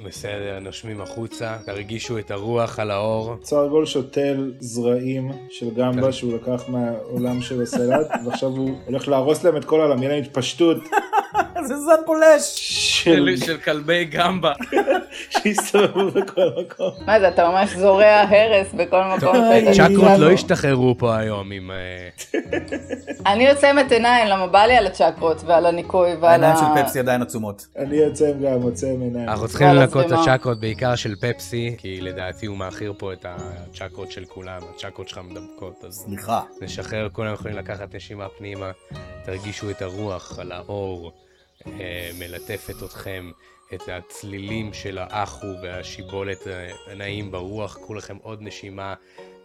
S7: בסדר, נושמים החוצה, תרגישו את הרוח על האור.
S6: צרגול שותל זרעים של גמבה שהוא לקח מהעולם של הסלט ועכשיו הוא הולך להרוס להם את כל העולם, יהיה להם התפשטות
S4: זה זן פולש!
S6: של
S2: של כלבי גמבה.
S5: אה.
S6: שיסתובבו בכל מקום.
S5: מה זה, אתה ממש זורע הרס בכל מקום.
S6: איי.
S4: אה,
S7: צ'קרות לא
S6: לנו.
S7: השתחררו פה היום עם... אה,
S5: אני עוצמת עיניים, למה בא לי על הצ'קרות ועל הניקוי ועל ה...
S4: העיניים של פפסי עדיין עצומות.
S6: אני יוצא עם גם, מוצא עם עיניים.
S7: אנחנו צריכים
S5: ועל
S7: לנקות את
S5: הזרימה.
S7: הצ'קרות בעיקר של פפסי, כי לדעתי הוא מאחיר פה את הצ'קרות של כולם, הצ'קרות שלך מדבקות, אז
S4: סליחה.
S7: נשחרר, כולם יכולים לקחת נשימה פנימה, תרגישו את הרוח על האור אה, מלטפת אתכם, את הצלילים של האחו והשיבולת אה, הנעים ברוח, קחו לכם עוד נשימה,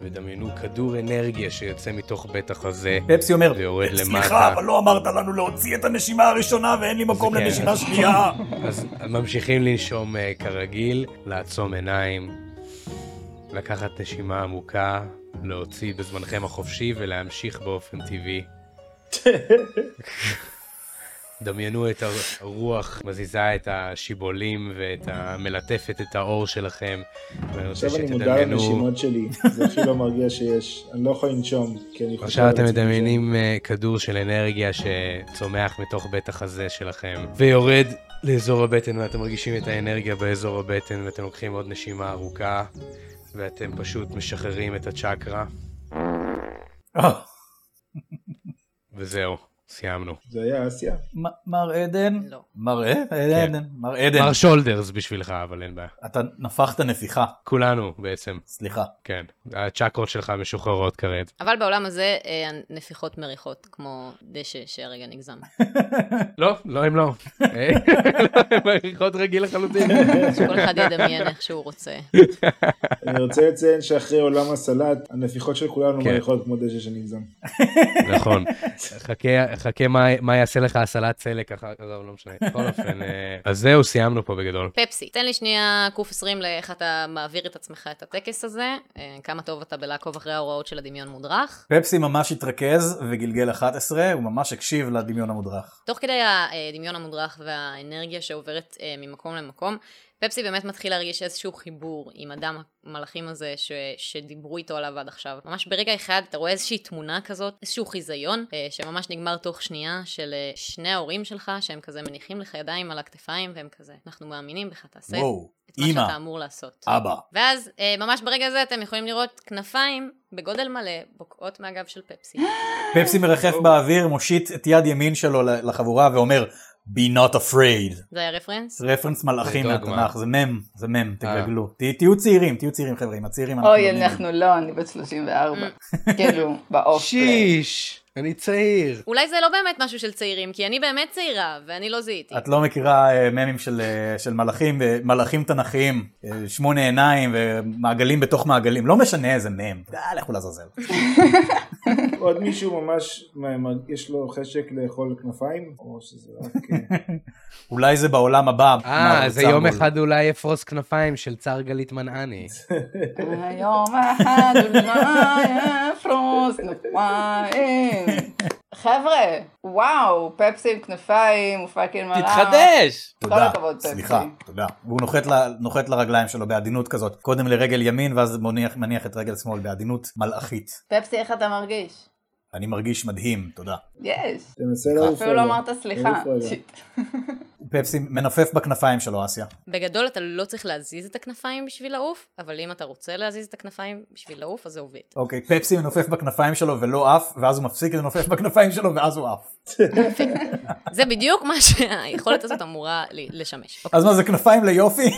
S7: ודמיינו כדור אנרגיה שיוצא מתוך בית החזה.
S4: פפסי אומר, "אה,
S7: ויורד למטה.
S4: סליחה, אבל לא אמרת לנו להוציא את הנשימה הראשונה ואין לי מקום
S7: כן.
S4: לנשימה שנייה.
S7: אז ממשיכים לנשום אה, כרגיל, לעצום עיניים, לקחת נשימה עמוקה, להוציא בזמנכם החופשי ולהמשיך באופן טבעי. דמיינו את הרוח מזיזה את השיבולים ואת המלטפת את האור שלכם. ואני רוצה
S6: עכשיו אני מודע
S7: שתדמיינו-
S6: לנשימות שלי, זה הכי לא מרגיע שיש. אני לא יכול לנשום, כי אני חושב...
S7: עכשיו
S6: על
S7: אתם
S6: עצמי.
S7: מדמיינים אה, כדור של אנרגיה שצומח מתוך בית החזה שלכם ויורד לאזור הבטן ואתם מרגישים את האנרגיה באזור הבטן ואתם לוקחים עוד נשימה ארוכה ואתם פשוט משחררים את הצ'קרה
S4: אה,
S7: וזהו, סיימנו.
S6: זה היה אסיה?
S4: מ- מר עדן?
S1: לא.
S4: מר אה, עדן? מר עדן.
S7: כן. מר שולדרס בשבילך אבל אין בעיה.
S4: אתה נפחת נפיחה,
S7: כולנו בעצם,
S4: סליחה.
S7: כן. הצ'קרות שלך משוחררות כעת.
S1: אבל בעולם הזה אה, הנפיחות מריחות, כמו דשא שהרגע נגזם.
S7: לא, לא הם לא. אה, לא, הם מריחות רגיל לחלוטין.
S1: כל אחד ידמיין איך שהוא רוצה.
S6: אני רוצה לציין שאחרי עולם הסלט, הנפיחות של כולנו
S7: כן.
S6: מריחות כמו דשא שנגזם.
S7: נכון. חכה, חכה מה, מה יעשה לך הסלט סלק אחר כך, אבל לא משנה. בכל אופן, אה, אז זהו, סיימנו פה בגדול.
S1: פפסי, תן לי שנייה קוף 20 לאיך אתה מעביר את עצמך את הטקס הזה, אה, כמה טוב אתה בלעקוב אחרי ההוראות של הדמיון מודרך.
S4: פפסי ממש התרכז וגלגל 11, הוא ממש הקשיב לדמיון המודרך.
S1: תוך כדי הדמיון המודרך והאנרגיה שעוברת אה, ממקום למקום, פפסי באמת מתחיל להרגיש איזשהו חיבור עם אדם המלאכים הזה ש... שדיברו איתו עליו עד עכשיו. ממש ברגע אחד אתה רואה איזושהי תמונה כזאת, איזשהו חיזיון, אה, שממש נגמר תוך שנייה של אה, שני ההורים שלך, שהם כזה מניחים לך ידיים על הכתפיים, והם כזה, אנחנו מאמינים בך, תעשה
S4: וואו,
S1: את מה
S4: אימא.
S1: שאתה אמור לעשות.
S4: אבא.
S1: ואז אה, ממש ברגע הזה אתם יכולים לראות כנפיים בגודל מלא בוקעות מהגב של פפסי.
S4: פפסי מרחף באוויר, מושיט את יד ימין שלו לחבורה ואומר, be not afraid.
S1: זה היה רפרנס?
S4: זה רפרנס מלאכים
S7: זה דוגמה.
S4: מהתנ"ך, זה מם, זה מם,
S7: אה.
S4: תגלגלו. ת- תהיו צעירים, תהיו צעירים לא
S5: לא,
S4: חבר'ה, עם הצעירים אנחנו...
S5: אוי,
S4: יודעים.
S5: אנחנו לא, אני בת 34. כאילו, באוף.
S7: שיש! אני צעיר.
S1: אולי זה לא באמת משהו של צעירים, כי אני באמת צעירה, ואני לא זיהיתי.
S4: את לא מכירה אה, ממים של, אה, של מלאכים, אה, מלאכים תנכיים, אה, שמונה עיניים ומעגלים בתוך מעגלים, לא משנה איזה מם, אה, לכו לעזאזל.
S6: עוד מישהו ממש, מה, מה, יש לו חשק לאכול כנפיים? או שזה רק... אה,
S4: אולי זה בעולם הבא.
S7: אה,
S4: אמר
S7: זה
S4: צרבול.
S7: יום אחד אולי אפרוס כנפיים של צר גלית מנעני.
S5: היום אחד אולי אפרוס כנפיים. חבר'ה, וואו, פפסי עם כנפיים, הוא פאקינג מלאך.
S8: תתחדש!
S5: כל
S4: תודה,
S5: הכבוד, פפסי.
S4: סליחה, תודה. והוא נוחת, ל, נוחת לרגליים שלו בעדינות כזאת, קודם לרגל ימין ואז מניח, מניח את רגל שמאל בעדינות מלאכית.
S5: פפסי, איך אתה מרגיש?
S4: אני מרגיש מדהים, תודה.
S5: יש.
S6: תנסה לעוף
S5: אפילו לא
S6: רגע.
S5: אמרת סליחה.
S6: לעוף רגע.
S5: שיט.
S4: פפסי מנופף בכנפיים שלו, אסיה.
S1: בגדול אתה לא צריך להזיז את הכנפיים בשביל לעוף, אבל אם אתה רוצה להזיז את הכנפיים בשביל לעוף, אז זה עובד.
S4: אוקיי, פפסי מנופף בכנפיים שלו ולא עף, ואז הוא מפסיק לנופף בכנפיים שלו ואז הוא עף.
S1: זה בדיוק מה שהיכולת הזאת אמורה ל- לשמש. אוקיי.
S4: אז מה זה כנפיים ליופי?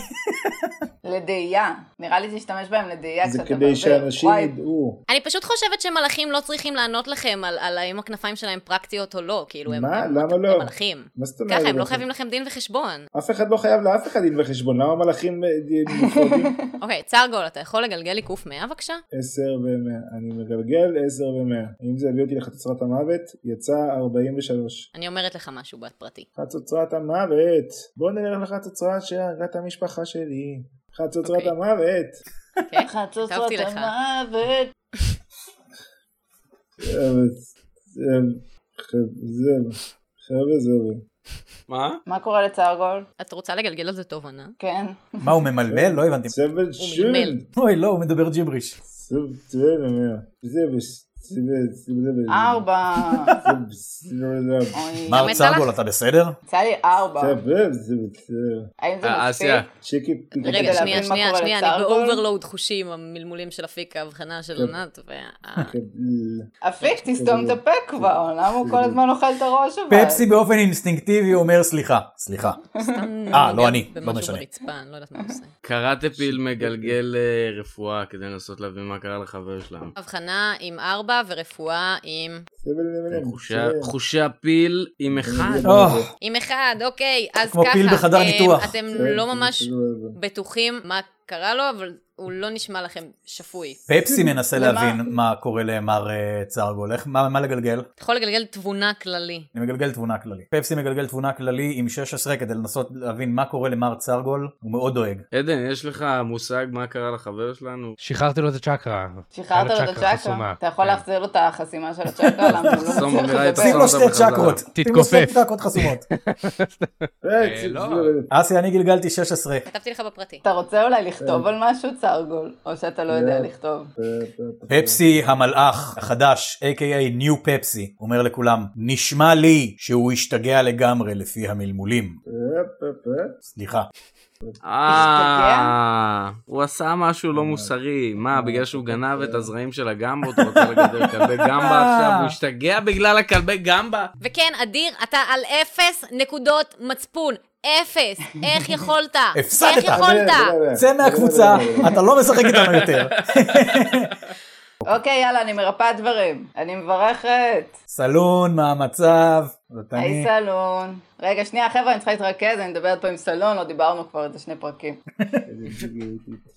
S5: לדאייה. נראה לי תשתמש בהם לדאייה
S6: זה
S5: כשאתה
S6: כדי שאנשים
S5: וואי,
S6: ידעו.
S1: אני פשוט חושבת שמלאכים לא צריכים לענות לכם על, על האם הכנפיים שלהם פרקטיות או לא, כאילו הם,
S6: מה?
S1: הם,
S6: למה לא?
S1: הם מלאכים.
S6: מה זאת אומרת?
S1: ככה, הם לא חייבים לכם דין וחשבון.
S6: אף אחד לא חייב לאף אחד דין וחשבון, למה מלאכים אה, דין וחשבון?
S1: אוקיי, צרגול, אתה יכול לגלגל לי קוף 100 בבקשה?
S6: 10 ו-100, אני מגלגל 10 ו-100. אם זה הביא אותי לחצוצרת המוות, יצא 43.
S1: אני אומרת לך משהו בפרטי.
S6: חצוצרת המוות, בוא נלך לחצוצרה שהרגת המשפחה שלי. חצוצרת
S1: אוקיי.
S6: המוות.
S1: אוקיי?
S5: חצוצרות
S1: כתבתי לך.
S5: המוות.
S6: אה, זה- זהו, חבר'ה זהו.
S2: מה?
S5: מה קורה לצרגול?
S1: את רוצה לגלגל על זה תובנה?
S5: כן.
S4: מה, הוא ממלמל? לא הבנתי.
S6: סבל
S1: מלמל.
S6: שון.
S4: אוי, לא, הוא מדבר ג'יבריש.
S6: סבל שון. זבל, סבל, סבל.
S5: ארבע.
S6: סבל, סבל,
S5: אוי.
S4: מר
S1: יצא
S4: צרגול, אתה בסדר?
S5: יצא לי ארבע.
S6: סבל, סבל, סבל.
S5: האם זה
S8: אה, אסיה.
S5: מספיק?
S6: צ'יקי פיקי.
S5: כדי
S1: רגע,
S5: להבין
S1: שנייה,
S5: מה
S1: שנייה,
S5: קורה
S1: שנייה, אני
S5: לצרגול.
S1: באוברלואוד חושים, המלמולים של אפיק, ההבחנה
S4: כן.
S1: של ענת,
S4: אה,
S1: וה...
S5: אפיק, תסתום את הפה כבר. למה הוא כל הזמן אוכל את הראש אבל?
S4: פפסי באופן אינסטינקטיבי אומר סליחה, סליחה.
S1: סתם
S4: אה, לא
S1: ניגע
S4: אני, לא
S1: במשהו
S4: משנה.
S1: ברצפה, אני לא יודעת מה הוא עושה.
S2: קראטה פיל מגלגל אה, רפואה כדי לנסות להבין מה קרה לחבר שלהם.
S1: הבחנה עם ארבע ורפואה עם...
S2: חושי- חושי הפיל עם אחד.
S4: אוח,
S1: עם אחד, אוקיי, אז ככה.
S4: כמו פיל בחדר
S1: אמ,
S4: ניתוח. כן, כאילו-
S1: אתם לא ממש בטוחים מה קרה לו, אבל הוא לא נשמע לכם שפוי.
S4: פפסי מנסה
S5: למה?
S4: להבין מה קורה למר אה, צרגול, איך- מה מה לגלגל?
S1: אתה יכול לגלגל תבונה כללי.
S4: אני מגלגל תבונה כללי. פפסי מגלגל תבונה כללי עם 16 כדי לנסות להבין מה קורה למר צרגול, הוא מאוד דואג.
S2: עדן, יש לך מושג מה קרה לחבר שלנו?
S7: שחררתי לו את הצ'קרה.
S5: שחררת לו את הצ'קרה?
S7: חסומה.
S5: אתה יכול
S7: כן.
S5: להחזיר לו את החסימה של הצ'קרה? למה הוא לא
S2: תחסום
S5: מצליח
S2: אולי את
S5: לדבר?
S4: שים לו
S2: אותה
S4: שתי
S2: בחזרה.
S4: צ'קרות. שים לו שתי
S7: תתכופף.
S4: צ'קרות חסומות. אסי, אני גלגלתי 16.
S1: כתבתי לך בפרטי.
S5: אתה רוצה אולי לכתוב על משהו, צרגול? או שאתה לא יודע לכתוב?
S4: פפסי המלאך החדש, a.k.a. ניו פפסי, אומר לכולם, נשמע לי שהוא השתגע לגמרי לפי המלמולים. סליחה.
S2: אה, הוא עשה משהו לא מוסרי. מה, בגלל שהוא גנב את הזרעים של הגמבות, הוא רוצה לגדל כלבי גמבה עכשיו, הוא השתגע בגלל הכלבי גמבה?
S1: וכן, אדיר, אתה על אפס נקודות מצפון. אפס. איך יכולת?
S4: הפסדת.
S1: איך
S6: כן,
S1: יכולת?
S4: צא מהקבוצה, אתה לא משחק איתנו יותר.
S5: אוקיי, יאללה, אני מרפאה דברים. אני מברכת.
S4: סלון, מה המצב? זאת
S5: היי
S4: אני.
S5: סלון. רגע, שנייה, חבר'ה, אני צריכה להתרכז, אני מדברת פה עם סלון, לא דיברנו כבר את השני פרקים.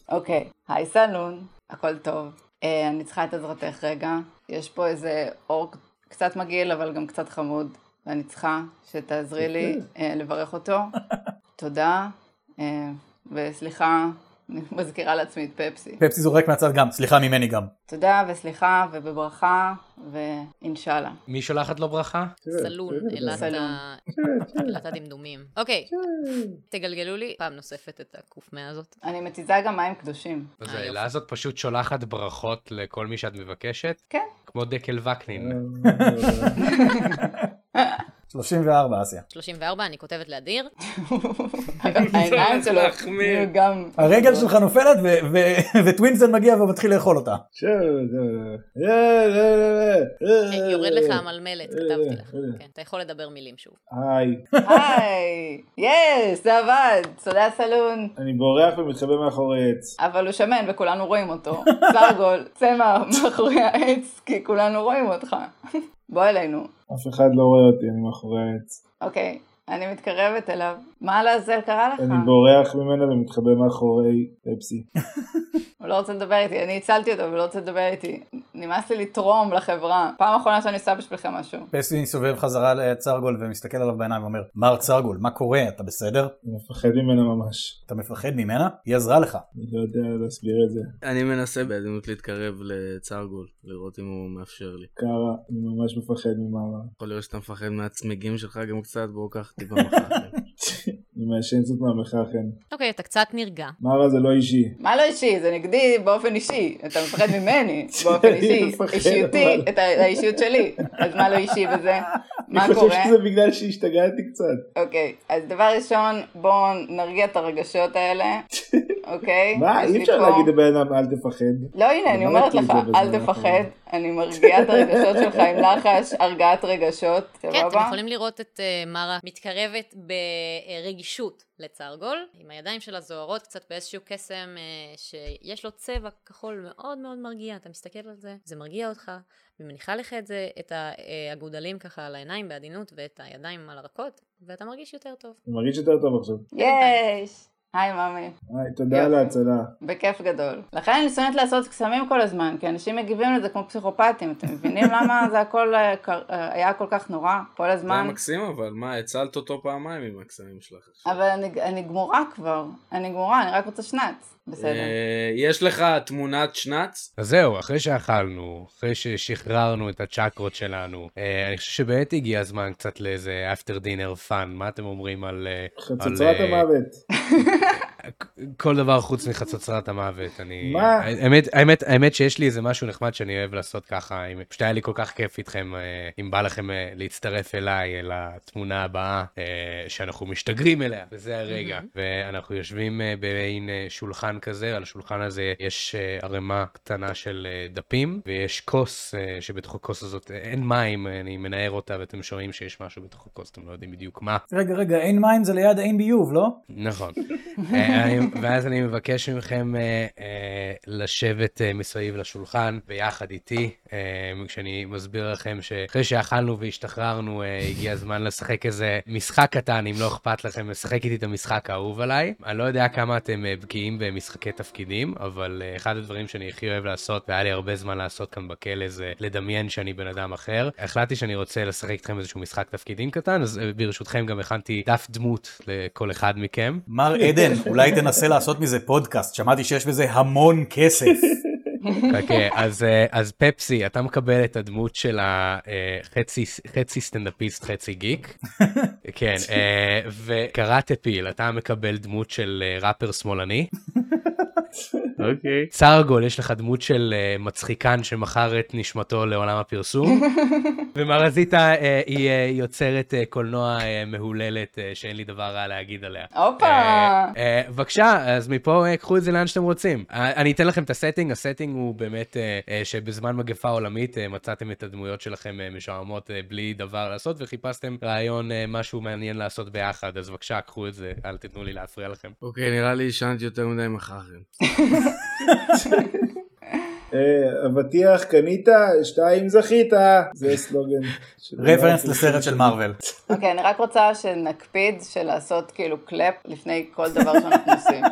S5: אוקיי, היי סלון, הכל טוב. אה, אני צריכה את עזרתך רגע. יש פה איזה אור קצת מגעיל, אבל גם קצת חמוד, ואני צריכה שתעזרי לי אה, לברך אותו. תודה, אה, וסליחה, אני מזכירה לעצמי את פפסי.
S4: פפסי זורק מהצד גם, סליחה ממני גם.
S5: תודה וסליחה ובברכה, ואינשאללה.
S7: מי שולחת לו ברכה?
S1: סלון, אה, אלת
S5: סלון.
S1: ה- אלת הדמדומים. אוקיי, תגלגלו לי פעם נוספת את הקוף 100 הזאת.
S5: אני מתיזה גם מים קדושים.
S7: אז
S1: אה,
S7: האלה
S1: יופי.
S7: הזאת פשוט שולחת ברכות לכל מי שאת מבקשת?
S5: כן.
S7: כמו דקל וקנין.
S4: 34 אסיה.
S1: 34, אני כותבת לאדיר.
S5: העיניים שלו,
S2: להחמיא.
S5: יהיו גם...
S4: הרגל שלך נופלת ו- ו- וטווינזן מגיע ומתחיל לאכול אותה.
S1: אה, יורד לך המלמלת, כתבתי לך. כן, אתה יכול לדבר מילים שוב.
S6: היי,
S5: היי, יס, זה עבד, תודה סלון.
S6: אני בורח ומתחבא מאחורי עץ.
S5: אבל הוא שמן וכולנו רואים אותו. סרגול, צא מה- מאחורי העץ, כי כולנו רואים אותך. בוא אלינו.
S6: אף אחד לא רואה אותי, אני מאחורי העץ.
S5: אוקיי, אני מתקרבת אליו. מה לעזאזל קרה לך?
S6: אני בורח ממנה ומתחבא מאחורי פפסי.
S5: הוא לא רוצה לדבר איתי, אני הצלתי אותו והוא לא רוצה לדבר איתי. נמאס לי לתרום לחברה. פעם אחרונה שאני עושה בשבילכם משהו.
S4: פסי מסתובב חזרה לצרגול ומסתכל עליו בעיניים ואומר, מר צרגול, מה קורה? אתה בסדר?
S6: אני מפחד ממנה ממש.
S4: אתה מפחד ממנה? היא עזרה לך.
S6: אני לא יודע להסביר את זה.
S2: אני מנסה בעדינות להתקרב לצרגול, לראות אם הוא מאפשר לי.
S6: קארה, אני ממש מפחד ממעלה.
S2: יכול להיות שאתה מפחד מהצמיגים שלך גם קצת, בואו קח טיפה מחר.
S6: אני מעשן קצת מהמחרחן.
S1: אוקיי, אתה קצת נרגע.
S6: מערה זה לא אישי.
S5: מה לא אישי? זה נגדי באופן אישי. אתה מפחד ממני באופן אישי.
S6: מפחד,
S5: אישיותי,
S6: אבל.
S5: את ה- האישיות שלי. אז מה לא אישי בזה? מה
S6: אני חושב
S5: קורה?
S6: שזה בגלל שהשתגעתי קצת.
S5: אוקיי, אז דבר ראשון, בואו נרגיע את הרגשות האלה, אוקיי?
S6: מה,
S5: יש
S6: אי
S5: לי
S6: אפשר
S5: פה-
S6: להגיד לבן אדם אל תפחד.
S5: לא, הנה, אני
S6: אמרתי
S5: אומרת לך,
S6: את זה בזמן
S5: אל
S6: האחרון.
S5: תפחד, אני מרגיעה את הרגשות שלך עם לחש, הרגעת רגשות,
S1: כן, אתם
S5: סבבה?
S1: יכולים לראות את אה, מרה מתקרבת ברגישות לצרגול, עם הידיים שלה זוהרות קצת באיזשהו קסם אה, שיש לו צבע כחול מאוד מאוד מרגיע, אתה מסתכל על זה, זה מרגיע אותך, ומניחה לך את זה, את האגודלים ככה על העיניים בעדינות ואת הידיים על הרכות, ואתה מרגיש יותר טוב.
S6: אני מרגיש יותר טוב עכשיו.
S5: יש! היי, ממי.
S6: היי, תודה
S5: יופי.
S6: על ההצלה.
S5: בכיף גדול. לכן אני שונאת לעשות קסמים כל הזמן, כי אנשים מגיבים לזה כמו פסיכופטים, אתם מבינים למה זה הכל אה, קר- אה, היה כל כך נורא? כל
S2: זה היה
S5: הזמן?
S2: מקסים אבל, מה, הצלת אותו פעמיים עם הקסמים שלך עכשיו.
S5: אבל אני, אני גמורה כבר, אני גמורה, אני רק רוצה שנץ. בסדר.
S2: אה, יש לך תמונת שנץ?
S7: אז זהו, אחרי שאכלנו, אחרי ששחררנו את הצ'קרות שלנו, אה, אני חושב שבאמת הגיע הזמן קצת לאיזה after dinner fun, מה אתם אומרים על... אה,
S6: חצוצרת
S7: אה,
S6: המוות.
S7: כל דבר חוץ מחצוצרת המוות, אני...
S6: מה?
S7: האמת, האמת, האמת שיש לי איזה משהו נחמד שאני אוהב לעשות ככה, אם פשוט היה לי כל כך כיף איתכם, אה, אם בא לכם אה, להצטרף אליי, אל התמונה הבאה, אה, שאנחנו משתגרים אליה, וזה הרגע.
S1: מהמם.
S7: ואנחנו יושבים אה, במעין אה, שולחן כזה, על השולחן הזה יש אה, ערימה קטנה של אה, דפים, ויש כוס, אה, שבתוך הכוס הזאת אה, אין מים, אה, אני מנער אותה, ואתם שומעים שיש משהו בתוך הכוס, אתם לא יודעים בדיוק מה.
S4: רגע, רגע, אין מים זה ליד אין ביוב, לא?
S7: נכון. אה, אני- ואז אני מבקש מכם אה, אה, לשבת אה, מסביב לשולחן ביחד איתי, אה, כשאני מסביר לכם שאחרי שאכלנו והשתחררנו, אה, הגיע הזמן לשחק איזה משחק קטן, אם לא אכפת לכם, לשחק איתי את המשחק האהוב עליי. אני לא יודע כמה אתם אה, בקיאים במשחקי תפקידים, אבל אה, אחד הדברים שאני הכי אוהב לעשות, והיה לי הרבה זמן לעשות כאן בכלא, זה לדמיין שאני בן אדם אחר. החלטתי שאני רוצה לשחק איתכם איזשהו משחק תפקידים קטן, אז אה, ברשותכם גם הכנתי דף דמות לכל אחד מכם.
S4: מר עדן, אולי תנסה לעשות מזה פודקאסט, שמעתי שיש בזה המון כסף.
S7: אוקיי, אז, אה, אז פפסי, אתה מקבל את הדמות של החצי חצי סטנדאפיסט, חצי גיק. כן, אה, וקראטה פיל, אתה מקבל דמות של אה, ראפר שמאלני.
S2: אוקיי.
S7: צרגול, יש לך דמות של אה, מצחיקן שמכר את נשמתו לעולם הפרסום. ומרזיטה אה, היא אה, יוצרת אה, קולנוע אה, מהוללת אה, שאין לי דבר רע להגיד עליה.
S5: הופה!
S7: אה, אה, בבקשה, אז מפה אה, קחו את זה לאן שאתם רוצים. אה, אני אתן לכם את הסטינג, הסטינג הוא באמת אה, אה, שבזמן מגפה עולמית אה, מצאתם את הדמויות שלכם אה, משעממות אה, בלי דבר לעשות וחיפשתם רעיון, אה, משהו מעניין לעשות ביחד, אז בבקשה, קחו את זה, אל תיתנו לי להפריע לכם.
S2: אוקיי, נראה לי עישנתי יותר מדי מחרחן.
S6: אה, אבטיח, קנית, שתיים זכית. זה סלוגן. של-
S4: רפרנס לסרט של מארוול.
S5: אוקיי, אני רק רוצה שנקפיד שלעשות כאילו קלאפ לפני כל דבר שאנחנו עושים.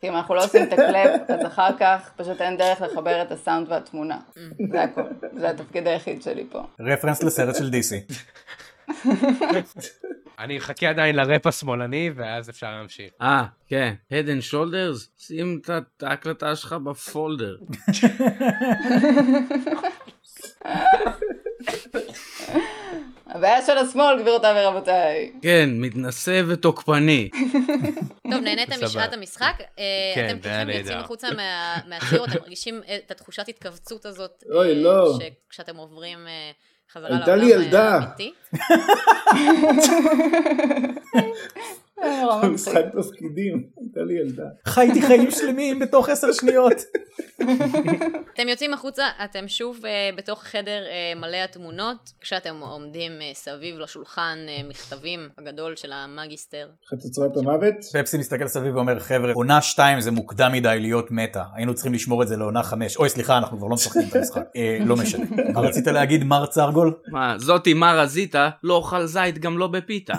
S5: כי אם אנחנו לא עושים את הקלאפ, אז אחר כך פשוט אין דרך לחבר את הסאונד והתמונה. זה הכל. זה התפקיד היחיד שלי פה.
S4: רפרנס לסרט של דיסי.
S7: אני אחכה עדיין לראפ השמאלני, ואז אפשר להמשיך.
S2: אה, כן. Head and Shoulders, שים את ה- את ההקלטה שלך בפולדר.
S5: הבעיה של השמאל, גבירותיי ורבותיי.
S2: כן, מתנשא ותוקפני.
S1: טוב, נהניתם
S7: סבבה.
S1: משעת המשחק? אה,
S7: כן,
S1: אתם
S7: זה היה
S1: כולכם יוצאים
S7: נהדר.
S1: החוצה מה- מהשיר, אתם מרגישים אה, את התחושת התכווצות הזאת, אה,
S6: אוי, לא.
S1: שכשאתם עוברים אה, חזרה אה,
S6: הייתה
S1: לעולם
S6: לי ילדה.
S1: אה, האמיתי.
S5: לא, לא מצחיק.
S6: משחק תפקידים, הייתה לי ילדה.
S4: חייתי חיים שלמים בתוך עשר שניות.
S1: אתם יוצאים החוצה, אתם שוב אה, בתוך חדר אה, מלא התמונות, כשאתם עומדים אה, סביב לשולחן אה, מכתבים הגדול של המאגיסטר.
S6: חצוצרת המוות?
S4: פפסי מסתכל סביב ואומר, חבר'ה, עונה 2 זה מוקדם מדי להיות מטה. היינו צריכים לשמור את זה לעונה 5. אוי, סליחה, אנחנו כבר לא משחקים את המשחק. אה, לא משנה. מה רצית להגיד, מר צרגול?
S2: מה, זאתי מה רזית, לא אוכל זית גם לא בפיתה.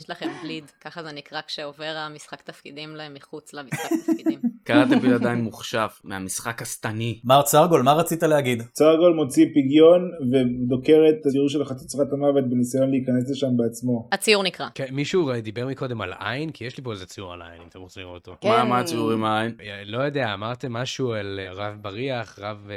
S1: יש לכם בליד, ככה זה נקרא כשעובר המשחק תפקידים מחוץ למשחק תפקידים.
S2: קראתם לי עדיין מוכשף מהמשחק השטני.
S4: מר צרגול, מה רצית להגיד?
S6: צרגול מוציא פגיון ודוקר את הציור של חצוצרת המוות בניסיון להיכנס לשם בעצמו.
S1: הציור נקרא.
S7: כן, מישהו ראה- דיבר מקודם על עין? כי יש לי פה איזה ציור על עין, אם אתם רוצים לראות
S5: כן.
S7: אותו.
S2: מה, מה הציור עם העין?
S7: אה, לא יודע, אמרתם משהו על אה, רב בריח, רב אה,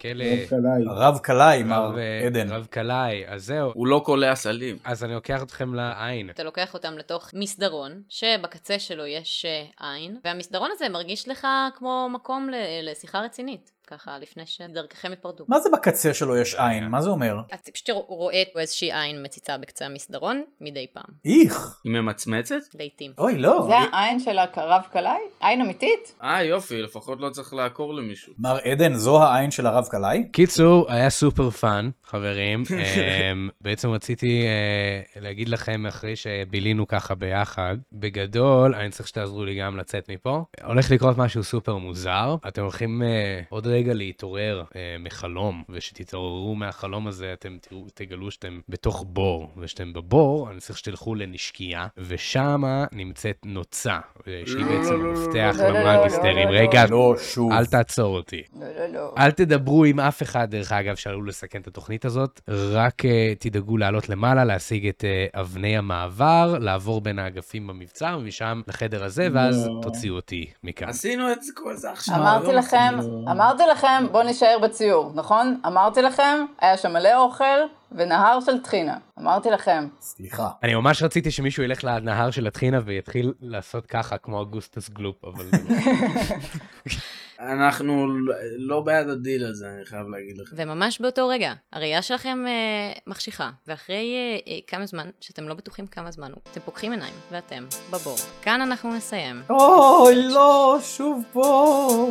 S7: כלא,
S6: מאוד קלעי.
S4: הרב קלעי,
S7: רב
S4: מר
S7: אה,
S4: עדן.
S7: רב קלעי, אז זהו.
S2: הוא לא קולע סלים.
S7: אז אני לוקח אתכם לעין.
S1: אתה לוקח אותם לתוך מסדרון, שבקצה שלו יש אה, עין, והמסדרון הזה מרגיש לך כמו מקום ל- אה, לשיחה רצינית, ככה לפני שדרככם יפרדו.
S4: מה זה בקצה שלו יש עין? מה זה אומר?
S1: אתה פשוט רואה איזושהי עין מציצה בקצה המסדרון מדי פעם,
S4: איך.
S2: היא ממצמצת?
S1: לעיתים.
S4: אוי, לא.
S7: אוקיי.
S5: זה העין של הקרב קלעי? עין אמיתית?
S2: אה יופי, לפחות לא צריך לעקור למישהו.
S4: מר עדן, זו העין של הרב קלעי?
S7: קיצור, היה סופר פאן, חברים. אמ, בעצם רציתי אה, להגיד לכם, אחרי שבילינו ככה ביחד, בגדול, אני צריך שתעזרו לי גם לצאת מפה. הולך לקרות משהו סופר מוזר. אתם הולכים אה, עוד רגע להתעורר אה, מחלום, ושתתעוררו מהחלום הזה, אתם תראו, תגלו שאתם בתוך בור. וכשאתם בבור, אני צריך שתלכו לנשקייה, ושמה נמצאת נוצה, אה, שהיא
S2: לא,
S7: בעצם
S2: לא, לא, לא,
S7: המפתח
S5: לא, לא, לא,
S7: למאגיסטרים.
S5: לא, לא,
S7: רגע,
S4: לא, שוב.
S7: אל תעצור אותי.
S5: לא, לא, לא.
S7: אל תדברו עם אף אחד, דרך אגב, שעלול לסכן את התוכנית הזאת, רק uh, תדאגו לעלות למעלה, להשיג את uh, אבני המעבר, לעבור בין האגפים במבצר, ומשם לחדר הזה, ואז
S6: לא.
S7: תוציאו אותי
S2: כן.
S7: מכאן.
S2: עשינו את זה כל זה
S7: אה,
S2: עכשיו.
S5: אמרתי
S2: לא
S5: לכם,
S6: לא.
S5: אמרתי לכם, בואו נישאר בציור, נכון? אמרתי לכם, היה שם מלא אוכל ונהר של טחינה. אמרתי לכם.
S4: סליחה.
S7: אני ממש רציתי שמישהו ילך לנהר של הטחינה ויתחיל לעשות ככה, כמו אגוסטוס גלופ, אבל... זה לא.
S2: אנחנו לא בעד הדיל הזה, אני חייב להגיד לכם.
S1: וממש באותו רגע, הראייה שלכם אה, מחשיכה, ואחרי אה, אה, כמה זמן, שאתם לא בטוחים כמה זמן הוא, אתם פוקחים עיניים, ואתם בבור. כאן אנחנו נסיים.
S4: אוי, לא, שוב פה.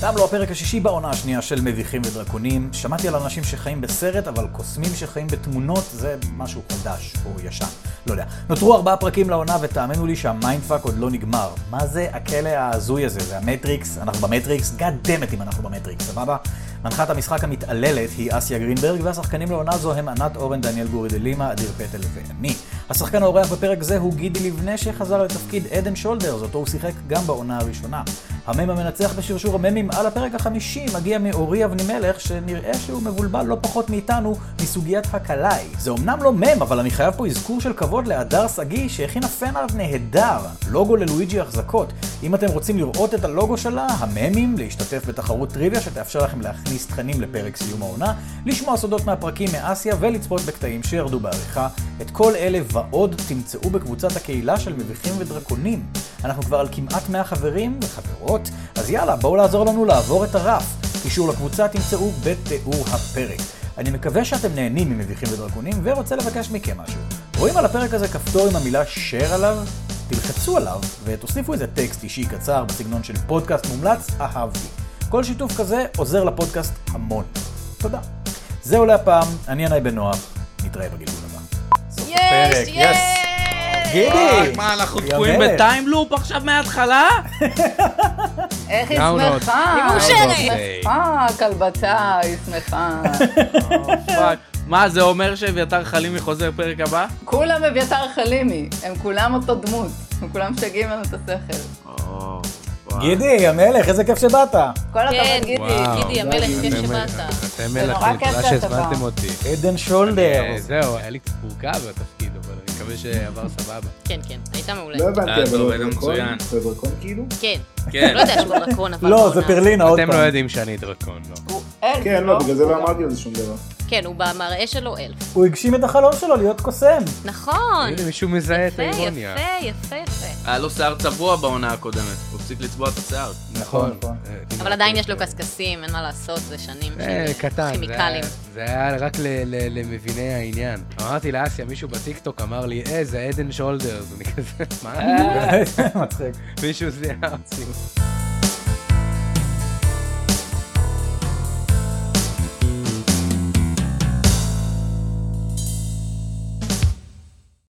S4: תם לו הפרק השישי בעונה השנייה של מביכים ודרקונים. שמעתי על אנשים שחיים בסרט, אבל קוסמים שחיים בתמונות זה משהו חדש או ישן. לא יודע. נותרו ארבעה פרקים לעונה, ותאמינו לי שהמיינדפאק עוד לא נגמר. מה זה הכלא ההזוי הזה? זה המטריקס? אנחנו במטריקס? God damn it אם אנחנו במטריקס, סבבה? מנחת המשחק המתעללת היא אסיה גרינברג, והשחקנים לעונה זו הם ענת אורן, דניאל גורי דלימה, אדיר פטל ואני. השחקן האורח בפרק זה הוא גידי לבנה, שחזר לתפקיד עדן שולדרס, אותו הוא שיחק גם בעונה הראשונה. המם המנצח בשרשור הממים על הפרק החמישי מגיע מאורי אבנימלך, שנראה שהוא מבולבל לא פחות מאיתנו מסוגיית הקלעי. זה אמנם לא מם, אבל אני חייב פה אזכור של כבוד להדר שגיא, שהכינה פאנארט נהדר, לוגו ללואיג'י החזקות. אם אתם רוצים לראות את הלוגו שלה, הממים, להשתתף בתחרות טריוויה שתאפשר לכם להכניס תכנים לפרק סיום העונה, לשמוע סודות מהפרקים מאסיה ולצפות בקטעים שירדו בעריכה. את כל אלה ועוד תמצאו בקבוצת הקהילה של מביכים ודרקונים. אנחנו כבר על כמעט 100 חברים וחברות, אז יאללה, בואו לעזור לנו לעבור את הרף. קישור לקבוצה תמצאו בתיאור הפרק. אני מקווה שאתם נהנים ממביכים ודרקונים, ורוצה לבקש מכם משהו. רואים על הפרק הזה כפתור עם המילה share עליו? תלחצו עליו ותוסיפו איזה טקסט אישי קצר בסגנון של פודקאסט מומלץ, אהבתי. כל שיתוף כזה עוזר לפודקאסט המון. תודה. זהו להפעם, אני ינאי בן נוח, נתראה בגלגול הבא. סוף הפרק, יס! גידי!
S2: מה, אנחנו
S4: היא
S2: תקועים
S4: המלך.
S2: בטיימלופ עכשיו מההתחלה?
S5: איך היא
S7: Download.
S5: שמחה!
S1: היא מאושרת.
S7: אוקיי.
S5: שמחה, כלבתה, היא שמחה.
S2: פאק. מה, זה אומר שאביתר חלימי חוזר פרק הבא?
S5: כולם אביתר חלימי, הם כולם אותו דמות. הם כולם משגעים לנו את השכל.
S2: או, וואי.
S4: גידי, המלך, איזה כיף שבאת.
S5: כל הכבוד,
S1: כן,
S5: גידי.
S7: וואו,
S1: גידי, המלך,
S7: אתם-
S1: כיף שבאת.
S7: אתם
S5: זה נורא
S7: מלכים,
S5: כיף
S7: תודה
S5: שאתה
S7: שהזמנתם
S5: בא.
S7: אותי.
S4: עדן שולדר.
S7: אה, זהו, היה לי קצת פורקה בתפקיד, אבל אני מקווה שעבר סבבה.
S1: כן, כן, היית מעולה.
S6: לא הבנתי,
S2: אה, זה
S6: אבל הוא
S2: עובד
S6: דרקון?
S2: מצוין.
S6: זה דרקון כאילו?
S1: כן.
S2: כן.
S1: לא יודע שהוא דרקון, אבל...
S4: לא,
S1: בעונה
S4: זה פרלינה עוד
S7: אתם לא
S4: פעם.
S7: יודעים שאני דרקון, לא.
S5: הוא אלף,
S6: כן, לא, בגלל זה לא אמרתי על זה שום דבר.
S1: הזאת. כן, הוא במראה שלו אלף.
S4: הוא הגשים את החלום שלו להיות קוסם.
S1: נכון!
S7: הנה, מישהו מזהה את
S1: יפה,
S7: האירוניה.
S1: יפה, יפה, יפה.
S2: היה לו שיער צבוע בעונה הקודמת, הוא הפסיק לצבוע את השיער.
S4: נכון, נכון.
S7: אה,
S1: אבל עדיין יש לו קשקשים, אין מה לעשות, זה שנים
S7: אה,
S1: של
S7: קטן, זה-
S1: כימיקלים.
S7: זה זה היה רק ל- ל- למביני העניין. אמרתי לאסיה, מישהו בטיקטוק אמר לי, אה,
S4: אה.
S7: זה עדן שולדרס. אני כזה, מה?
S4: נכון. מצחיק.
S7: מישהו זיהה אותי.